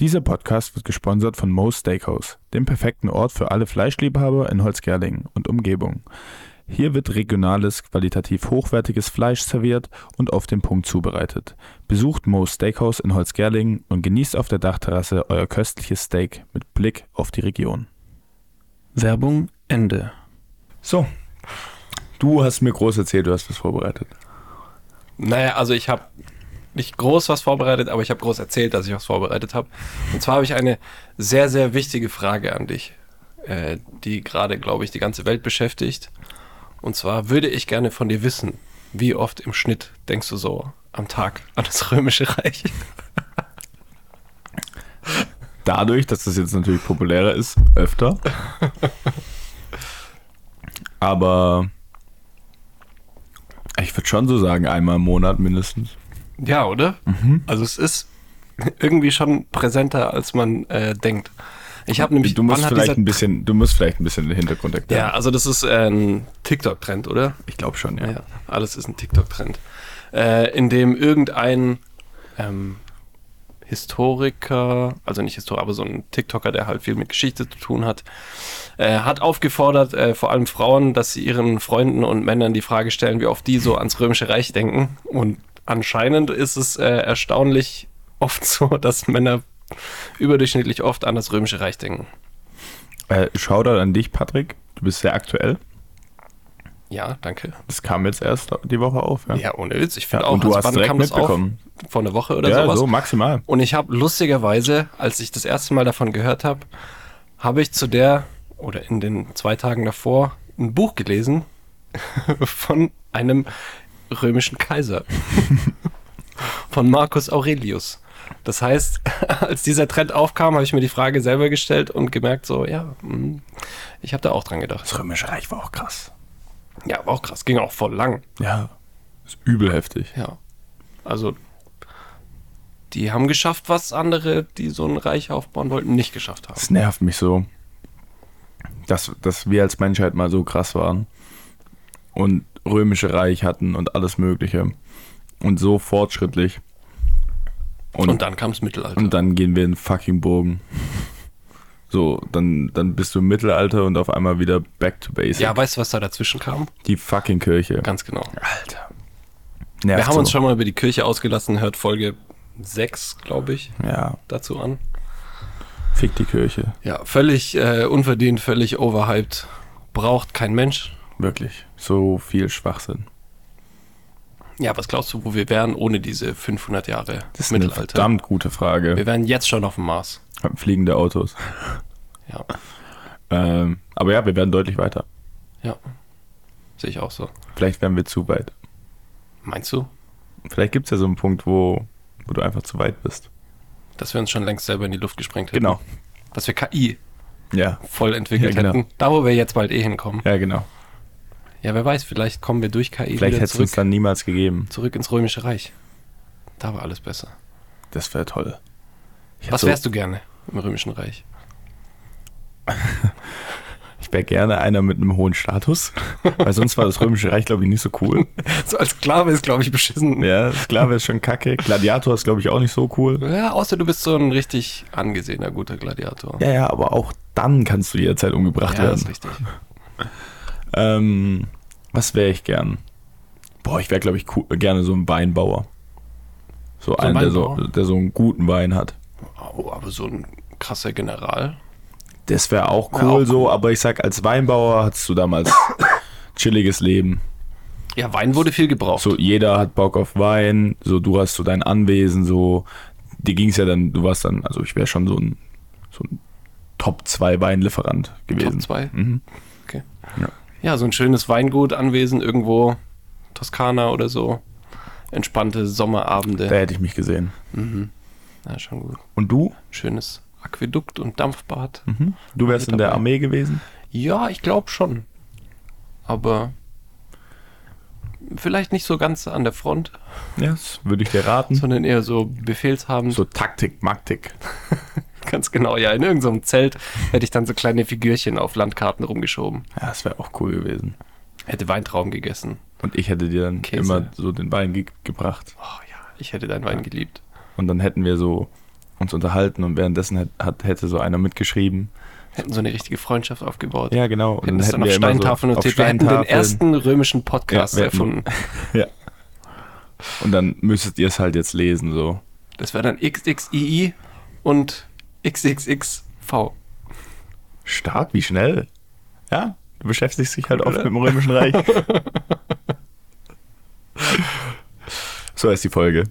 S2: Dieser Podcast wird gesponsert von Moe's Steakhouse, dem perfekten Ort für alle Fleischliebhaber in Holzgerlingen und Umgebung. Hier wird regionales, qualitativ hochwertiges Fleisch serviert und auf den Punkt zubereitet. Besucht Moe's Steakhouse in Holzgerlingen und genießt auf der Dachterrasse euer köstliches Steak mit Blick auf die Region.
S1: Werbung Ende.
S2: So. Du hast mir groß erzählt, du hast was vorbereitet.
S3: Naja, also ich habe nicht groß was vorbereitet, aber ich habe groß erzählt, dass ich was vorbereitet habe. Und zwar habe ich eine sehr, sehr wichtige Frage an dich, äh, die gerade, glaube ich, die ganze Welt beschäftigt. Und zwar würde ich gerne von dir wissen, wie oft im Schnitt denkst du so am Tag an das Römische Reich?
S2: Dadurch, dass das jetzt natürlich populärer ist, öfter. Aber ich würde schon so sagen, einmal im Monat mindestens.
S3: Ja, oder?
S2: Mhm.
S3: Also es ist irgendwie schon präsenter, als man äh, denkt. Ich habe nämlich...
S2: Du musst,
S3: wann hat
S2: vielleicht
S3: dieser-
S2: ein bisschen, du musst vielleicht ein bisschen den Hintergrund erklären.
S3: ja, also das ist äh, ein TikTok-Trend, oder?
S2: Ich glaube schon, ja.
S3: Ja, alles ist ein TikTok-Trend. Äh, in dem irgendein ähm, Historiker, also nicht Historiker, aber so ein TikToker, der halt viel mit Geschichte zu tun hat, äh, hat aufgefordert, äh, vor allem Frauen, dass sie ihren Freunden und Männern die Frage stellen, wie oft die so ans Römische Reich denken. Und anscheinend ist es äh, erstaunlich oft so, dass Männer überdurchschnittlich oft an das Römische Reich denken.
S2: Äh, Shoutout an dich, Patrick. Du bist sehr aktuell.
S3: Ja, danke.
S2: Das kam jetzt erst die Woche auf. Ja,
S3: Ja, ohne Witz. Ich
S2: Ja,
S3: finde auch,
S2: und du
S3: also
S2: hast direkt
S3: das auf?
S2: mitbekommen.
S3: Vor einer Woche oder
S2: Ja,
S3: sowas.
S2: so maximal.
S3: Und ich habe lustigerweise, als ich das erste Mal davon gehört habe, habe ich zu der oder in den zwei Tagen davor ein Buch gelesen von einem römischen Kaiser, von Marcus Aurelius. Das heißt, als dieser Trend aufkam, habe ich mir die Frage selber gestellt und gemerkt, so, ja, hm, ich habe da auch dran gedacht.
S2: Das Römische Reich war auch krass.
S3: Ja, war auch krass, ging auch voll lang.
S2: Ja, ist übel heftig.
S3: Ja. Also, die haben geschafft, was andere, die so ein Reich aufbauen wollten, nicht geschafft haben.
S2: Es nervt mich so, dass, dass wir als Menschheit mal so krass waren und römische Reich hatten und alles Mögliche und so fortschrittlich. Und,
S3: Und,
S2: und, dann,
S3: dann kam das Mittelalter.
S2: gehen wir in den fucking Bogen. So, dann, dann bist du im Mittelalter und auf einmal wieder back to basic.
S3: Ja, weißt du, was da dazwischen kam?
S2: Die fucking Kirche.
S3: Ganz genau.
S2: Alter.
S3: Wir
S2: Nervt
S3: haben
S2: so.
S3: uns schon mal über die Kirche ausgelassen, hört Folge 6, glaube ich,
S2: Ja,
S3: dazu an.
S2: fick die Kirche.
S3: Ja, völlig äh, unverdient, völlig overhyped. Braucht kein Mensch.
S2: Wirklich. So viel Schwachsinn.
S3: Ja, was glaubst du, wo wir wären ohne diese 500 Jahre
S2: Das ist eine verdammt gute Frage.
S3: Wir wären jetzt schon auf dem Mars.
S2: Fliegende Autos.
S3: Ja,
S2: Ähm, aber ja, wir werden deutlich weiter.
S3: ja. Sehe ich auch so.
S2: Vielleicht wären wir zu weit.
S3: Meinst du,
S2: Vielleicht gibt es ja so einen Punkt, wo, wo du einfach zu weit bist. Genau.
S3: dass wir uns schon längst selber in die Luft gesprengt hätten? Dass wir KI
S2: Ja.
S3: voll entwickelt
S2: Ja, genau.
S3: hätten. Da, wo wir jetzt bald eh hinkommen.
S2: Ja, genau.
S3: Ja, wer weiß, vielleicht kommen wir durch KI
S2: Vielleicht
S3: wieder
S2: hättest du
S3: zurück,
S2: uns dann niemals gegeben.
S3: zurück ins Römische Reich. Da war alles besser.
S2: Das wäre toll. Ich
S3: Was wärst du gerne im Römischen Reich?
S2: Ich wäre gerne einer mit einem hohen Status, weil sonst war das Römische Reich, glaube ich, nicht so cool.
S3: So als Sklave ist, glaube ich, beschissen.
S2: Ja, ist klar, wäre schon kacke. Gladiator ist, glaube ich, auch nicht so cool.
S3: Ja, außer du bist so ein richtig angesehener, guter Gladiator.
S2: Ja, ja, aber auch dann kannst du jederzeit umgebracht
S3: Ja, das ist
S2: werden.
S3: richtig.
S2: Ähm, was wäre ich gern? Boah, ich wäre, glaube ich, cool, gerne so ein Weinbauer. So,
S3: ein
S2: einer, der so,
S3: Weinbauer?
S2: der so einen guten Wein hat.
S3: Oh, aber so ein krasser General.
S2: Das wäre auch cool
S3: Wär auch
S2: so, aber ich sag, als Weinbauer hattest du damals chilliges Leben.
S3: Ja, Wein wurde viel gebraucht.
S2: So, jeder hat Bock auf Wein, so du hast so dein Anwesen, so dir ging es ja dann, du warst dann, also ich wäre schon so ein, so ein Top 2 Weinlieferant gewesen.
S3: Top 2.
S2: Mhm.
S3: Okay.
S2: Ja.
S3: Ja. so ein schönes Weingut anwesen irgendwo Toskana oder so. Entspannte
S2: Da
S3: Sommerabende.
S2: hätte ich mich gesehen.
S3: Ja, schon gut.
S2: Und du?
S3: Schönes Aquädukt und Dampfbad.
S2: Du wärst
S3: Mit
S2: in der
S3: dabei.
S2: Armee gewesen?
S3: Ja, ich glaube schon. Aber vielleicht nicht so ganz an der Front,
S2: Ja, das würde ich dir raten.
S3: sondern eher so befehlshabend.
S2: Hm. So Taktik, Maktik.
S3: Ganz genau, ja. In irgendeinem Zelt hätte ich dann so kleine Figürchen auf Landkarten rumgeschoben.
S2: Ja, das wäre auch cool gewesen.
S3: Hätte Weintrauben gegessen.
S2: Und ich hätte dir dann
S3: Käse.
S2: immer so den Wein ge gebracht.
S3: Oh ja, ich hätte deinen Wein geliebt.
S2: Und dann hätten wir so uns unterhalten und währenddessen hat, hat, hätte so einer mitgeschrieben.
S3: Hätten so eine richtige Freundschaft aufgebaut.
S2: Ja, genau. Und
S3: Hätten es dann auf
S2: immer
S3: Steintafeln
S2: auf
S3: notiert. Wir hätten den
S2: Steintafeln.
S3: ersten römischen Podcast
S2: Ja, wir hätten-
S3: erfunden.
S2: Und dann müsstet ihr es halt jetzt lesen, so.
S3: Das wäre dann XXII und XXXV.
S2: Stark, wie schnell. Ja, du beschäftigst dich halt oft
S3: Oder?
S2: mit dem Römischen Reich. so ist die Folge.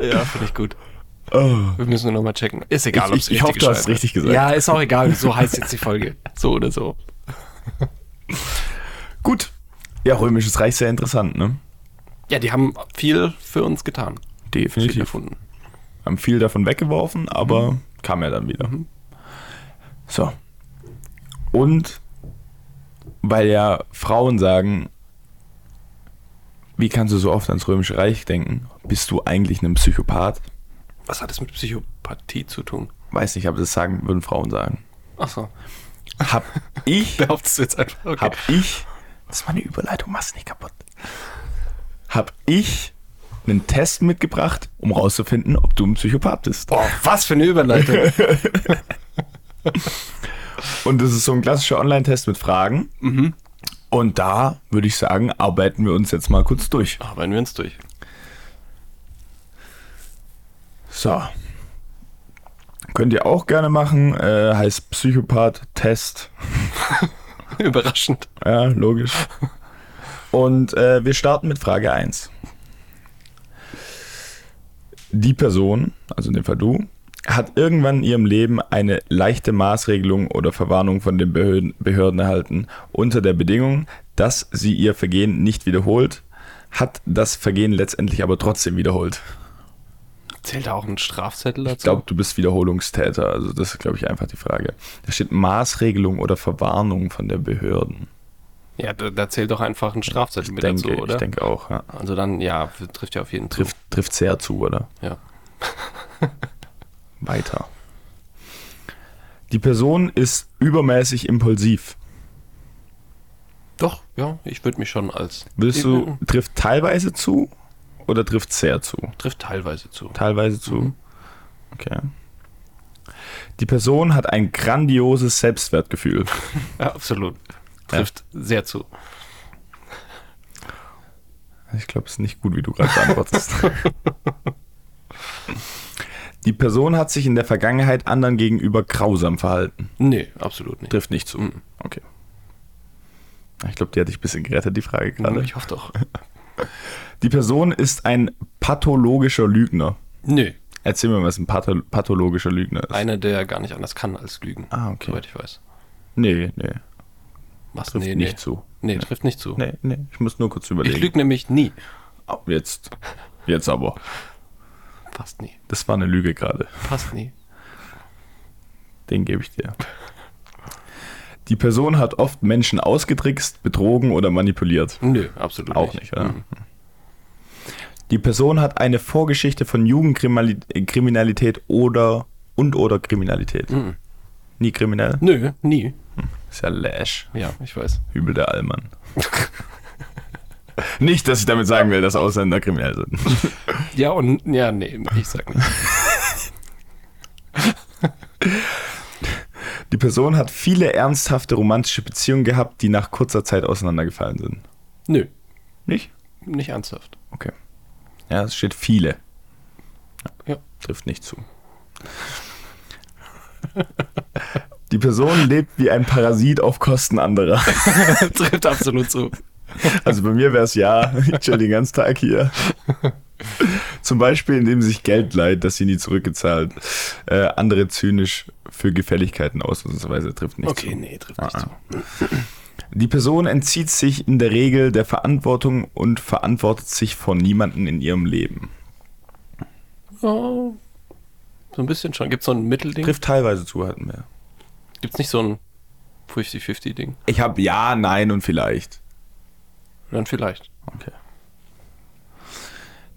S3: Ja, finde ich gut.
S2: Oh.
S3: Wir müssen nur nochmal checken. Ist egal,
S2: Ich-
S3: ob's
S2: ich- ich hoffe,
S3: richtig
S2: du hast
S3: geschrieben
S2: richtig
S3: wird.
S2: gesagt.
S3: Ja, ist auch egal. So heißt jetzt die Folge. So oder so.
S2: Gut. Ja, Römisches Reich sehr interessant, ne?
S3: Ja, die haben viel für uns getan. Viel
S2: Definitiv.
S3: erfunden.
S2: Haben viel davon weggeworfen, aber kam ja dann wieder. So. Und weil ja Frauen sagen, wie kannst du so oft ans Römische Reich denken? Bist du eigentlich ein Psychopath?
S3: Was hat das mit Psychopathie zu tun?
S2: Weiß nicht, aber das sagen, würden Frauen sagen.
S3: Achso,
S2: Hab ich,
S3: behauptest du jetzt einfach. Okay.
S2: hab ich, das war eine Überleitung, mach's nicht kaputt. Hab ich einen Test mitgebracht, um rauszufinden, ob du ein Psychopath bist.
S3: Boah, was für eine Überleitung.
S2: Und das ist so ein klassischer Online-Test mit Fragen. Und da würde ich sagen, arbeiten wir uns jetzt mal kurz durch.
S3: Arbeiten wir uns durch.
S2: So. Könnt ihr auch gerne machen. Äh, heißt Psychopath-Test.
S3: Überraschend.
S2: Ja, logisch. Und äh, wir starten mit Frage 1. Die Person, also in dem Fall du, hat irgendwann in ihrem Leben eine leichte Maßregelung oder Verwarnung von den Behörden, Behörden erhalten, unter der Bedingung, dass sie ihr Vergehen nicht wiederholt, hat das Vergehen letztendlich aber trotzdem wiederholt.
S3: Zählt da auch ein Strafzettel dazu?
S2: Ich glaube, du bist Wiederholungstäter, also das ist, glaube ich, einfach die Frage. Da steht Maßregelung oder Verwarnung von den Behörden.
S3: ja, da, da zählt doch einfach ein Strafzettel
S2: Ich
S3: mit
S2: denke,
S3: dazu, oder?
S2: ich denke auch, ja.
S3: Also dann, ja, trifft ja auf jeden
S2: trifft, trifft sehr zu, oder?
S3: Ja.
S2: Weiter. Die Person ist übermäßig impulsiv.
S3: Doch, ja, ich würde mich schon als.
S2: Würdest du,
S3: Mhm.
S2: trifft teilweise zu oder trifft sehr zu?
S3: Trifft teilweise zu.
S2: Teilweise zu. Okay. Die Person hat ein grandioses Selbstwertgefühl.
S3: Ja, absolut. Trifft sehr zu.
S2: Ich glaube, es ist nicht gut, wie du gerade antwortest. Die Person hat sich in der Vergangenheit anderen gegenüber grausam verhalten.
S3: Nee, absolut nicht.
S2: Trifft nicht zu.
S3: Mhm.
S2: Okay. Ich glaube, die hat dich ein bisschen gerettet, die Frage gerade.
S3: Ich hoffe doch.
S2: Die Person ist ein pathologischer Lügner.
S3: Nee,
S2: Erzähl mir, was ein patho pathologischer Lügner ist.
S3: einer, der gar nicht anders kann als lügen,
S2: ah, okay.
S3: soweit ich weiß.
S2: Nee, nee.
S3: Was?
S2: Trifft
S3: nee,
S2: nicht
S3: nee.
S2: zu.
S3: Nee, trifft nicht zu.
S2: Nee, nee. Ich muss nur kurz überlegen.
S3: ich lüge nämlich nie.
S2: Ah, Jetzt. Jetzt aber.
S3: Fast nie.
S2: Das war eine Lüge gerade.
S3: Fast nie.
S2: Den gebe ich dir. Die Person hat oft Menschen ausgetrickst, betrogen oder manipuliert.
S3: Nö, absolut
S2: Auch nicht, oder? Die Person hat eine Vorgeschichte von Jugendkriminalität oder und oder Kriminalität.
S3: Mhm.
S2: Nie kriminell?
S3: Nö, nie.
S2: Ist ja Lash.
S3: Ja, ich weiß.
S2: Übel der Allmann. Nicht, dass ich damit sagen will, dass Ausländer kriminell sind.
S3: Ja und ja, nee, ich sag nicht.
S2: Die Person hat viele ernsthafte romantische Beziehungen gehabt, die nach kurzer Zeit auseinandergefallen sind.
S3: Nö,
S2: Nicht?
S3: nicht ernsthaft.
S2: Okay. Ja, es steht viele.
S3: Ja.
S2: Trifft nicht zu. Die Person lebt wie ein Parasit auf Kosten anderer.
S3: Trifft absolut zu.
S2: Also bei mir wäre es ja, ich chill den ganzen Tag hier. Zum Beispiel, indem sie sich Geld leiht, das sie nie zurückgezahlt. Äh, andere zynisch für Gefälligkeiten ausnahmsweise trifft nicht
S3: Okay,
S2: zu.
S3: nee, trifft
S2: Ah,
S3: nicht zu.
S2: Die Person entzieht sich in der Regel der Verantwortung und verantwortet sich von niemandem in ihrem Leben.
S3: Oh, so ein bisschen schon. Gibt's so ein Mittelding?
S2: Trifft teilweise zu, hatten wir.
S3: Gibt's nicht so ein 50-50-Ding?
S2: Ich habe ja, nein und vielleicht.
S3: Dann vielleicht.
S2: Okay.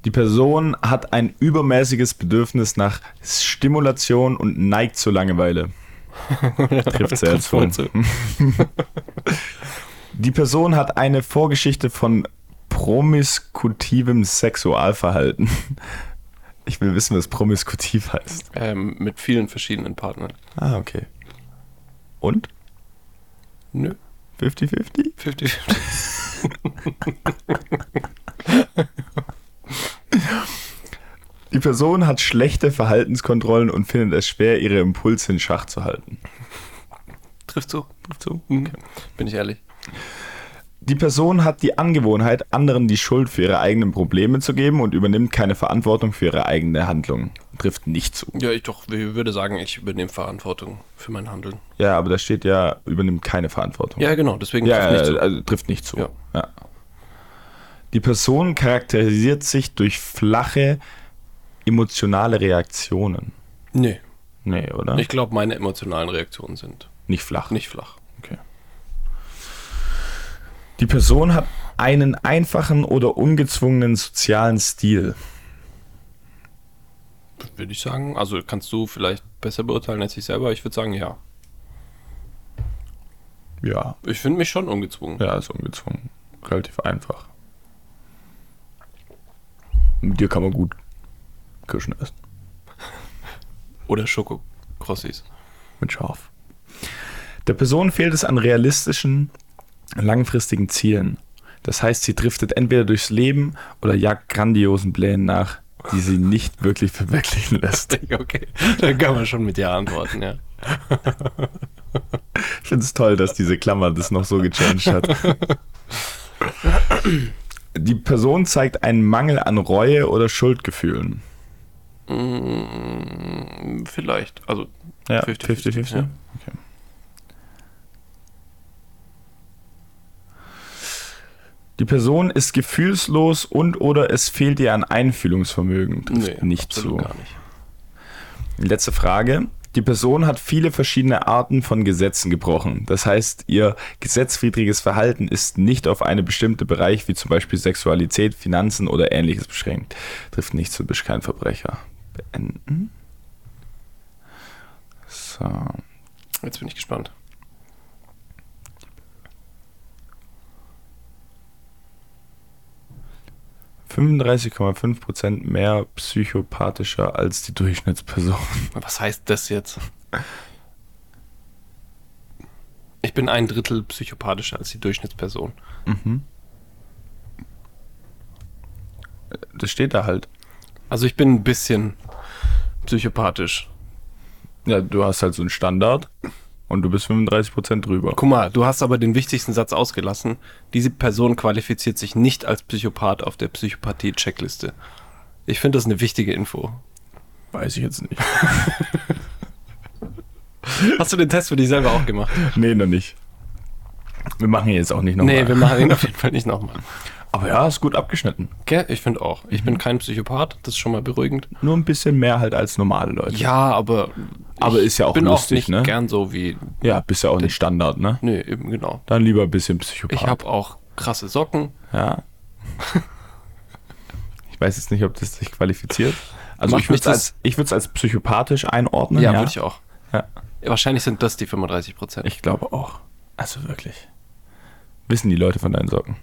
S2: Die Person hat ein übermäßiges Bedürfnis nach Stimulation und neigt zur Langeweile. Trifft selbst
S3: voll
S2: voll. Die Person hat eine Vorgeschichte von promiskutivem Sexualverhalten. Ich will wissen, was promiskutiv heißt.
S3: Ähm, mit vielen verschiedenen Partnern.
S2: Ah, okay. Und?
S3: Nö,
S2: 50-50?
S3: 50-50.
S2: Die Person hat schlechte Verhaltenskontrollen und findet es schwer, ihre Impulse in Schach zu halten.
S3: Trifft zu.
S2: Trifft zu.
S3: Mhm. Bin ich ehrlich.
S2: Die Person hat die Angewohnheit, anderen die Schuld für ihre eigenen Probleme zu geben und übernimmt keine Verantwortung für ihre eigene Handlung. Trifft nicht zu.
S3: Ja, ich doch, ich würde sagen, ich übernehme Verantwortung für mein Handeln.
S2: Ja, aber da steht ja, übernimmt keine Verantwortung.
S3: Ja, genau, deswegen
S2: ja,
S3: trifft
S2: ja, also trifft nicht zu.
S3: Ja.
S2: Ja. Die Person charakterisiert sich durch flache emotionale Reaktionen.
S3: Nee,
S2: Nee, oder?
S3: ich glaube, meine emotionalen Reaktionen sind
S2: nicht flach.
S3: nicht flach.
S2: Okay. Die Person hat einen einfachen oder ungezwungenen sozialen Stil.
S3: Würde ich sagen. Also kannst du vielleicht besser beurteilen als ich selber. Ich würde sagen, ja.
S2: Ja,
S3: Ich finde mich schon ungezwungen.
S2: ja, ist ungezwungen. Relativ einfach. Mit dir kann man gut Kirschen essen.
S3: Oder Schokokrossis.
S2: Mit Schaf. Der Person fehlt es an realistischen, langfristigen Zielen. Das heißt, sie driftet entweder durchs Leben oder jagt grandiosen Plänen nach, die sie nicht wirklich verwirklichen lässt.
S3: Okay, dann kann man schon mit ja antworten, ja.
S2: Ich finde es toll, dass diese Klammer das noch so gechanged hat. Die Person zeigt einen Mangel an Reue oder Schuldgefühlen.
S3: Mm, vielleicht. Also
S2: Ja,
S3: 50-50,
S2: 50-50.
S3: ja.
S2: Okay. Die Person ist gefühlslos und oder es fehlt ihr an Einfühlungsvermögen. Trifft nicht zu.
S3: absolut gar nicht.
S2: Letzte Frage. Die Person hat viele verschiedene Arten von Gesetzen gebrochen. Das heißt, ihr gesetzwidriges Verhalten ist nicht auf einen bestimmten Bereich wie zum Beispiel Sexualität, Finanzen oder ähnliches beschränkt. Trifft nicht zu, bist kein Verbrecher. Beenden. So.
S3: Jetzt bin ich gespannt.
S2: 35,5% mehr psychopathischer als die Durchschnittsperson.
S3: Was heißt das jetzt? Ich bin ein Drittel psychopathischer als die Durchschnittsperson.
S2: Das steht da halt.
S3: Also ich bin ein bisschen psychopathisch.
S2: Ja, du hast halt so einen Standard und du bist 35% drüber.
S3: Guck mal, du hast aber den wichtigsten Satz ausgelassen. Diese Person qualifiziert sich nicht als Psychopath auf der Psychopathie-Checkliste. Ich finde das eine wichtige Info.
S2: Weiß ich jetzt nicht.
S3: Hast du den Test für dich selber auch gemacht?
S2: nee, noch nicht. Wir machen jetzt auch nicht nochmal.
S3: nee, wir machen ihn auf jeden Fall nicht nochmal.
S2: Aber ja, ist gut abgeschnitten.
S3: Gell? Ich finde auch. Ich bin kein Psychopath, das ist schon mal beruhigend.
S2: Nur ein bisschen mehr halt als normale Leute.
S3: Ja, aber.
S2: Aber ist ja auch
S3: bin
S2: lustig,
S3: auch nicht
S2: ne?
S3: gern so wie.
S2: Ja, bist ja auch nicht Standard, ne?
S3: Nö, eben genau.
S2: Dann lieber ein bisschen Psychopath.
S3: Ich habe auch krasse Socken.
S2: Ja. Ich weiß jetzt nicht, ob das dich qualifiziert. Also
S3: Macht
S2: ich würde es
S3: mich das-
S2: als, ich würd's als psychopathisch einordnen.
S3: Ja, würde ich auch.
S2: Ja.
S3: Wahrscheinlich sind das die 35 Prozent.
S2: Ich glaube auch. Also wirklich. Wissen die Leute von deinen Socken?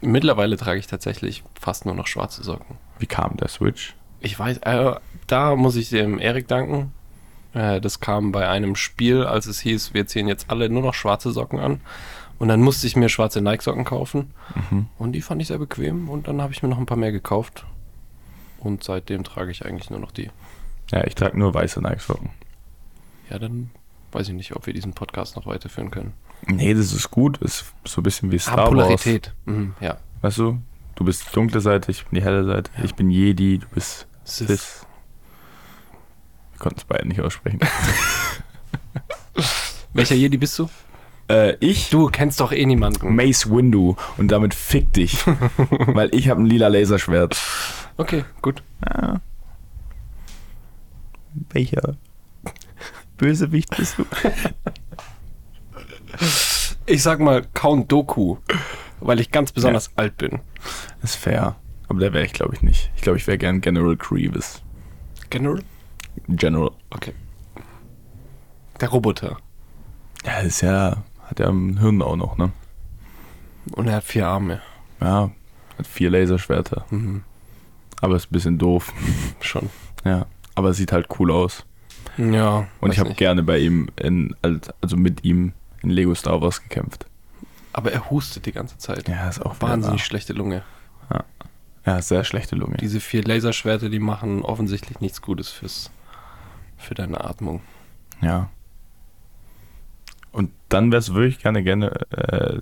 S3: Mittlerweile trage ich tatsächlich fast nur noch schwarze Socken.
S2: Wie kam der Switch?
S3: Ich weiß, äh, da muss ich dem Erik danken. Äh, das kam bei einem Spiel, als es hieß, wir ziehen jetzt alle nur noch schwarze Socken an. Und dann musste ich mir schwarze Nike-Socken kaufen.
S2: Mhm.
S3: Und die fand ich sehr bequem. Und dann habe ich mir noch ein paar mehr gekauft. Und seitdem trage ich eigentlich nur noch die.
S2: Ja, ich trage nur weiße Nike-Socken.
S3: Ja, dann weiß ich nicht, ob wir diesen Podcast noch weiterführen können.
S2: Nee, das ist gut. Ist so ein bisschen wie Star
S3: Ah,
S2: Wars.
S3: Polarität. Mhm, ja.
S2: Weißt du? Du bist die dunkle Seite, ich bin die helle Seite. Ich bin Jedi, du bist
S3: Sith.
S2: Sith. Wir konnten es beide nicht aussprechen.
S3: Welcher Jedi bist du?
S2: äh, ich
S3: Du kennst doch eh niemanden.
S2: Mace Windu und damit fick dich, weil ich habe ein lila Laserschwert.
S3: Okay, gut.
S2: Welcher Bösewicht bist du?
S3: Ich sag mal Count Doku, weil ich ganz besonders alt bin.
S2: Ist fair. Aber der wäre ich, glaube ich, nicht. Ich glaube, ich wäre gern General Grievous.
S3: General?
S2: General.
S3: Okay. Der Roboter.
S2: Ja, ist ja. Hat ja ein Hirn auch noch, ne?
S3: Und er hat vier Arme.
S2: Ja. Hat vier Laserschwerter.
S3: Mhm.
S2: Aber ist ein bisschen doof.
S3: Schon.
S2: Ja. Aber sieht halt cool aus.
S3: Ja.
S2: Und
S3: weiß
S2: ich habe
S3: nicht.
S2: gerne bei ihm, in, also mit ihm in Lego Star Wars gekämpft.
S3: Aber er hustet die ganze Zeit.
S2: Ja, ist auch
S3: Wahnsinnig schlechte Lunge.
S2: wahr. Ja, sehr schlechte Lunge.
S3: Diese vier Laserschwerter, die machen offensichtlich nichts Gutes fürs für deine Atmung.
S2: Ja. Und dann wär's wirklich gerne gerne. Äh,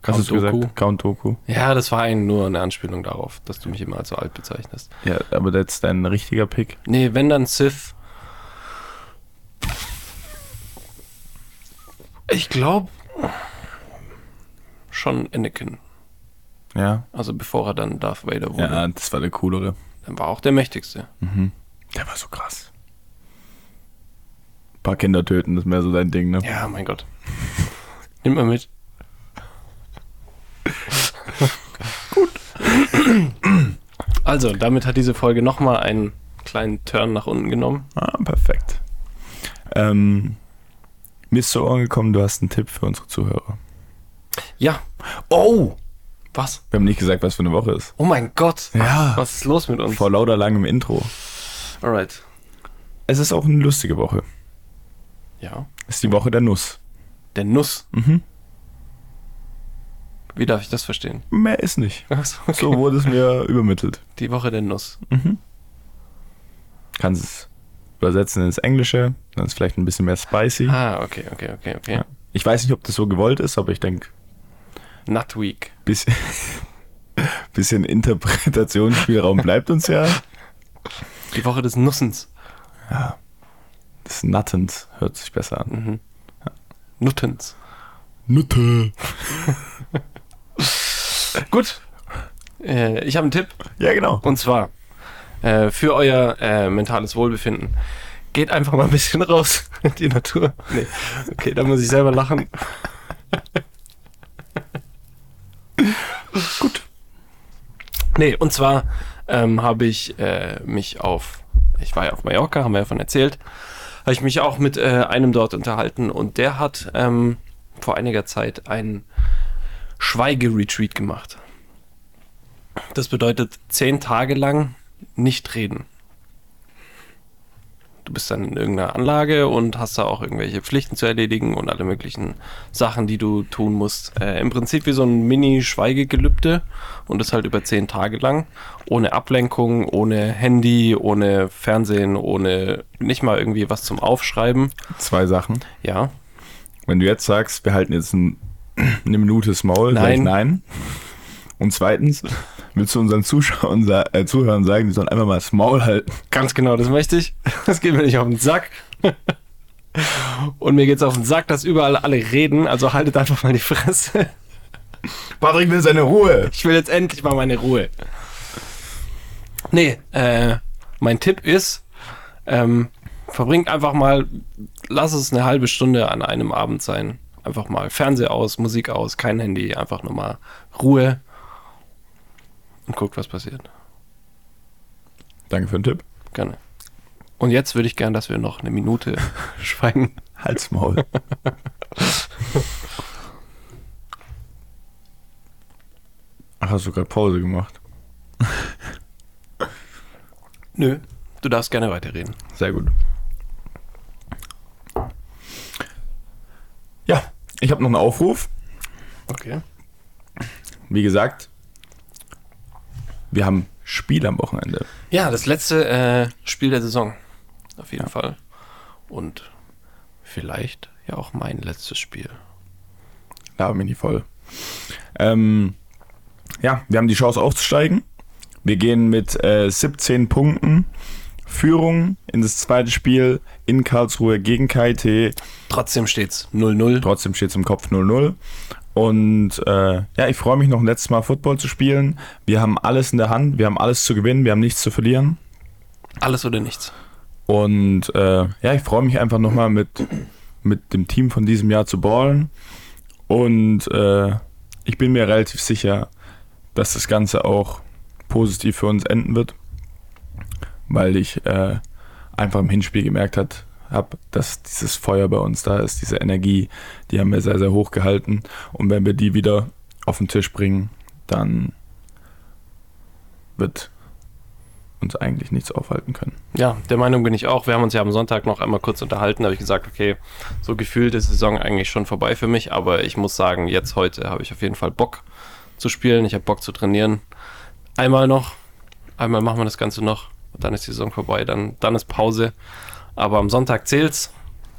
S3: Count
S2: hast du
S3: Dooku?
S2: gesagt? Count Doku.
S3: Ja, das war ein, nur eine Anspielung darauf, dass du mich immer als so alt bezeichnest.
S2: Ja, aber das ist dein richtiger Pick.
S3: Nee, wenn dann Sith. Ich glaube schon Anakin.
S2: Ja.
S3: Also bevor er dann Darth Vader wurde.
S2: Ja, das war der coolere.
S3: Dann war auch der mächtigste.
S2: Der war so krass. Ein paar Kinder töten, das ist mehr so dein Ding, ne?
S3: Ja, mein Gott. Nimm mal mit. Gut. Also, damit hat diese Folge nochmal einen kleinen Turn nach unten genommen.
S2: Ah, perfekt. Ähm, mir ist zu Ohren gekommen, du hast einen Tipp für unsere Zuhörer.
S3: Ja,
S2: Oh!
S3: was?
S2: Wir haben nicht gesagt, was für eine Woche ist.
S3: Oh mein Gott.
S2: Ja.
S3: Was ist los mit uns?
S2: Vor lauter langem Intro.
S3: Alright.
S2: Es ist auch eine lustige Woche.
S3: Ja.
S2: Es ist die Woche der Nuss.
S3: Der Nuss.
S2: Mhm.
S3: Wie darf ich das verstehen?
S2: Mehr ist nicht.
S3: Achso,
S2: So Mhm. wurde es mir übermittelt.
S3: Die Woche der Nuss.
S2: kannst es übersetzen ins Englische, dann ist vielleicht ein bisschen mehr spicy.
S3: Ah, okay, okay, okay, okay.
S2: Ja. Ich weiß nicht, ob das so gewollt ist, aber ich denke,
S3: Nut Week.
S2: bisschen, bisschen Interpretationsspielraum bleibt uns ja.
S3: Die Woche des Nussens.
S2: Das Nattens hört sich besser an.
S3: Nuttens.
S2: Nutte.
S3: Gut. Äh, ich habe einen Tipp.
S2: Ja, genau.
S3: Und zwar äh, für euer äh, mentales Wohlbefinden. Geht einfach mal ein bisschen raus in die Natur. Nee. Okay, da muss ich selber lachen. Gut. Nee, und zwar ähm, habe ich äh, mich auf, ich war ja auf Mallorca, haben wir ja von erzählt, habe ich mich auch mit äh, einem dort unterhalten und der hat ähm, vor einiger Zeit einen Schweigeretreat gemacht. Das bedeutet zehn Tage lang nicht reden. Du bist dann in irgendeiner Anlage und hast da auch irgendwelche Pflichten zu erledigen und alle möglichen Sachen, die du tun musst. Äh, Im Prinzip wie so ein Mini-Schweigegelübde und das halt über zehn Tage lang. Ohne Ablenkung, ohne Handy, ohne Fernsehen, ohne nicht mal irgendwie was zum Aufschreiben.
S2: Zwei Sachen.
S3: Ja,
S2: Wenn du jetzt sagst, wir halten jetzt ein, eine Minute das Maul,
S3: Nein.
S2: sag ich nein. Und zweitens, willst du unseren Zuschauern, sa- äh, Zuhörern sagen, die sollen einfach mal das Maul halten?
S3: Ganz genau, das möchte ich. Das geht mir nicht auf den Sack. Und mir geht's auf den Sack, dass überall alle reden, also haltet einfach mal die Fresse.
S2: Patrick will seine Ruhe.
S3: Ich will jetzt endlich mal meine Ruhe. Nee, äh, mein Tipp ist, ähm, verbringt einfach mal, lass es eine halbe Stunde an einem Abend sein. Einfach mal Fernseher aus, Musik aus, kein Handy, einfach nur mal Ruhe und guckt, was passiert.
S2: Danke für den Tipp.
S3: Gerne. Und jetzt würde ich gern, dass wir noch eine Minute schweigen.
S2: Halt's Maul. Ach, hast du gerade Pause gemacht?
S3: Nö. Du darfst gerne weiterreden.
S2: Sehr gut. Ja, ich habe noch einen Aufruf.
S3: Okay.
S2: Wie gesagt, wir haben Spiel am Wochenende.
S3: Ja, das letzte äh, Spiel der Saison. Auf jeden Fall. Und vielleicht ja auch mein letztes Spiel.
S2: Da bin ich voll. Ähm, ja, wir haben die Chance aufzusteigen. Wir gehen mit äh, 17 Punkten Führung in das zweite Spiel in Karlsruhe gegen KIT.
S3: Trotzdem steht's 0-0.
S2: Trotzdem steht es im Kopf 0-0. Und äh, ja, ich freue mich noch ein letztes Mal Football zu spielen. Wir haben alles in der Hand, wir haben alles zu gewinnen, wir haben nichts zu verlieren.
S3: Alles oder nichts.
S2: Und äh, ja, ich freue mich einfach nochmal mit, mit dem Team von diesem Jahr zu ballen. Und äh, ich bin mir relativ sicher, dass das Ganze auch positiv für uns enden wird, weil ich äh, einfach im Hinspiel gemerkt hat, habe, dass dieses Feuer bei uns da ist, diese Energie, die haben wir sehr, sehr hoch gehalten. Und wenn wir die wieder auf den Tisch bringen, dann wird uns eigentlich nichts aufhalten können.
S3: Ja, der Meinung bin ich auch. Wir haben uns ja am Sonntag noch einmal kurz unterhalten. Da habe ich gesagt, okay, so gefühlt ist die Saison eigentlich schon vorbei für mich. Aber ich muss sagen, jetzt heute habe ich auf jeden Fall Bock zu spielen. Ich habe Bock zu trainieren. Einmal noch. Einmal machen wir das Ganze noch. Und dann ist die Saison vorbei. Dann, dann ist Pause. Aber am Sonntag zählt's.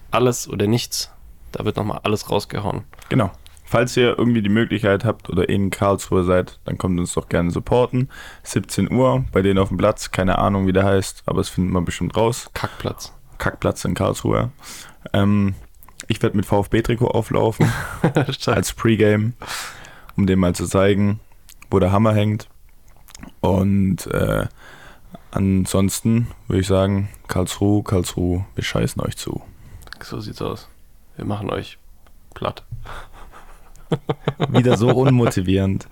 S3: Alles oder nichts. Da wird nochmal alles rausgehauen.
S2: Genau. Falls ihr irgendwie die Möglichkeit habt oder in Karlsruhe seid, dann kommt uns doch gerne supporten. 17 Uhr, bei denen auf dem Platz, keine Ahnung, wie der heißt, aber es findet man bestimmt raus.
S3: Kackplatz.
S2: Kackplatz in Karlsruhe. Ähm, ich werde mit VfB-Trikot auflaufen als Pre-Game, um dem mal zu zeigen, wo der Hammer hängt. Und äh, ansonsten würde ich sagen, Karlsruhe, Karlsruhe, wir scheißen euch zu.
S3: so sieht's aus. Wir machen euch platt.
S2: Wieder so unmotivierend.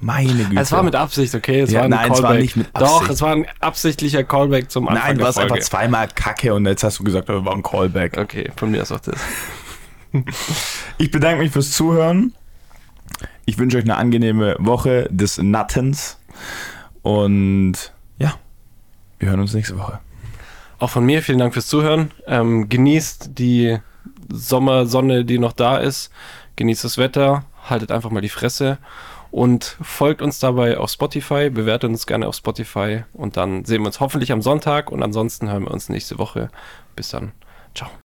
S2: Meine Güte.
S3: Es war mit Absicht, okay? Es
S2: Ja,
S3: war ein
S2: nein, es war
S3: Callback.
S2: nicht mit
S3: Doch,
S2: Absicht.
S3: es war ein absichtlicher Callback zum Anfang
S2: Nein, du
S3: der
S2: warst
S3: Folge.
S2: einfach zweimal Kacke und jetzt hast du gesagt, wir waren Callback.
S3: Okay, von mir aus auch das.
S2: Ich bedanke mich fürs Zuhören. Ich wünsche euch eine angenehme Woche des Nattens. Und ja, wir hören uns nächste Woche.
S3: Auch von mir vielen Dank fürs Zuhören. Ähm, genießt die Sommersonne, die noch da ist. Genießt das Wetter. Haltet einfach mal die Fresse. Und folgt uns dabei auf Spotify. Bewertet uns gerne auf Spotify. Und dann sehen wir uns hoffentlich am Sonntag. Und ansonsten hören wir uns nächste Woche. Bis dann. Ciao.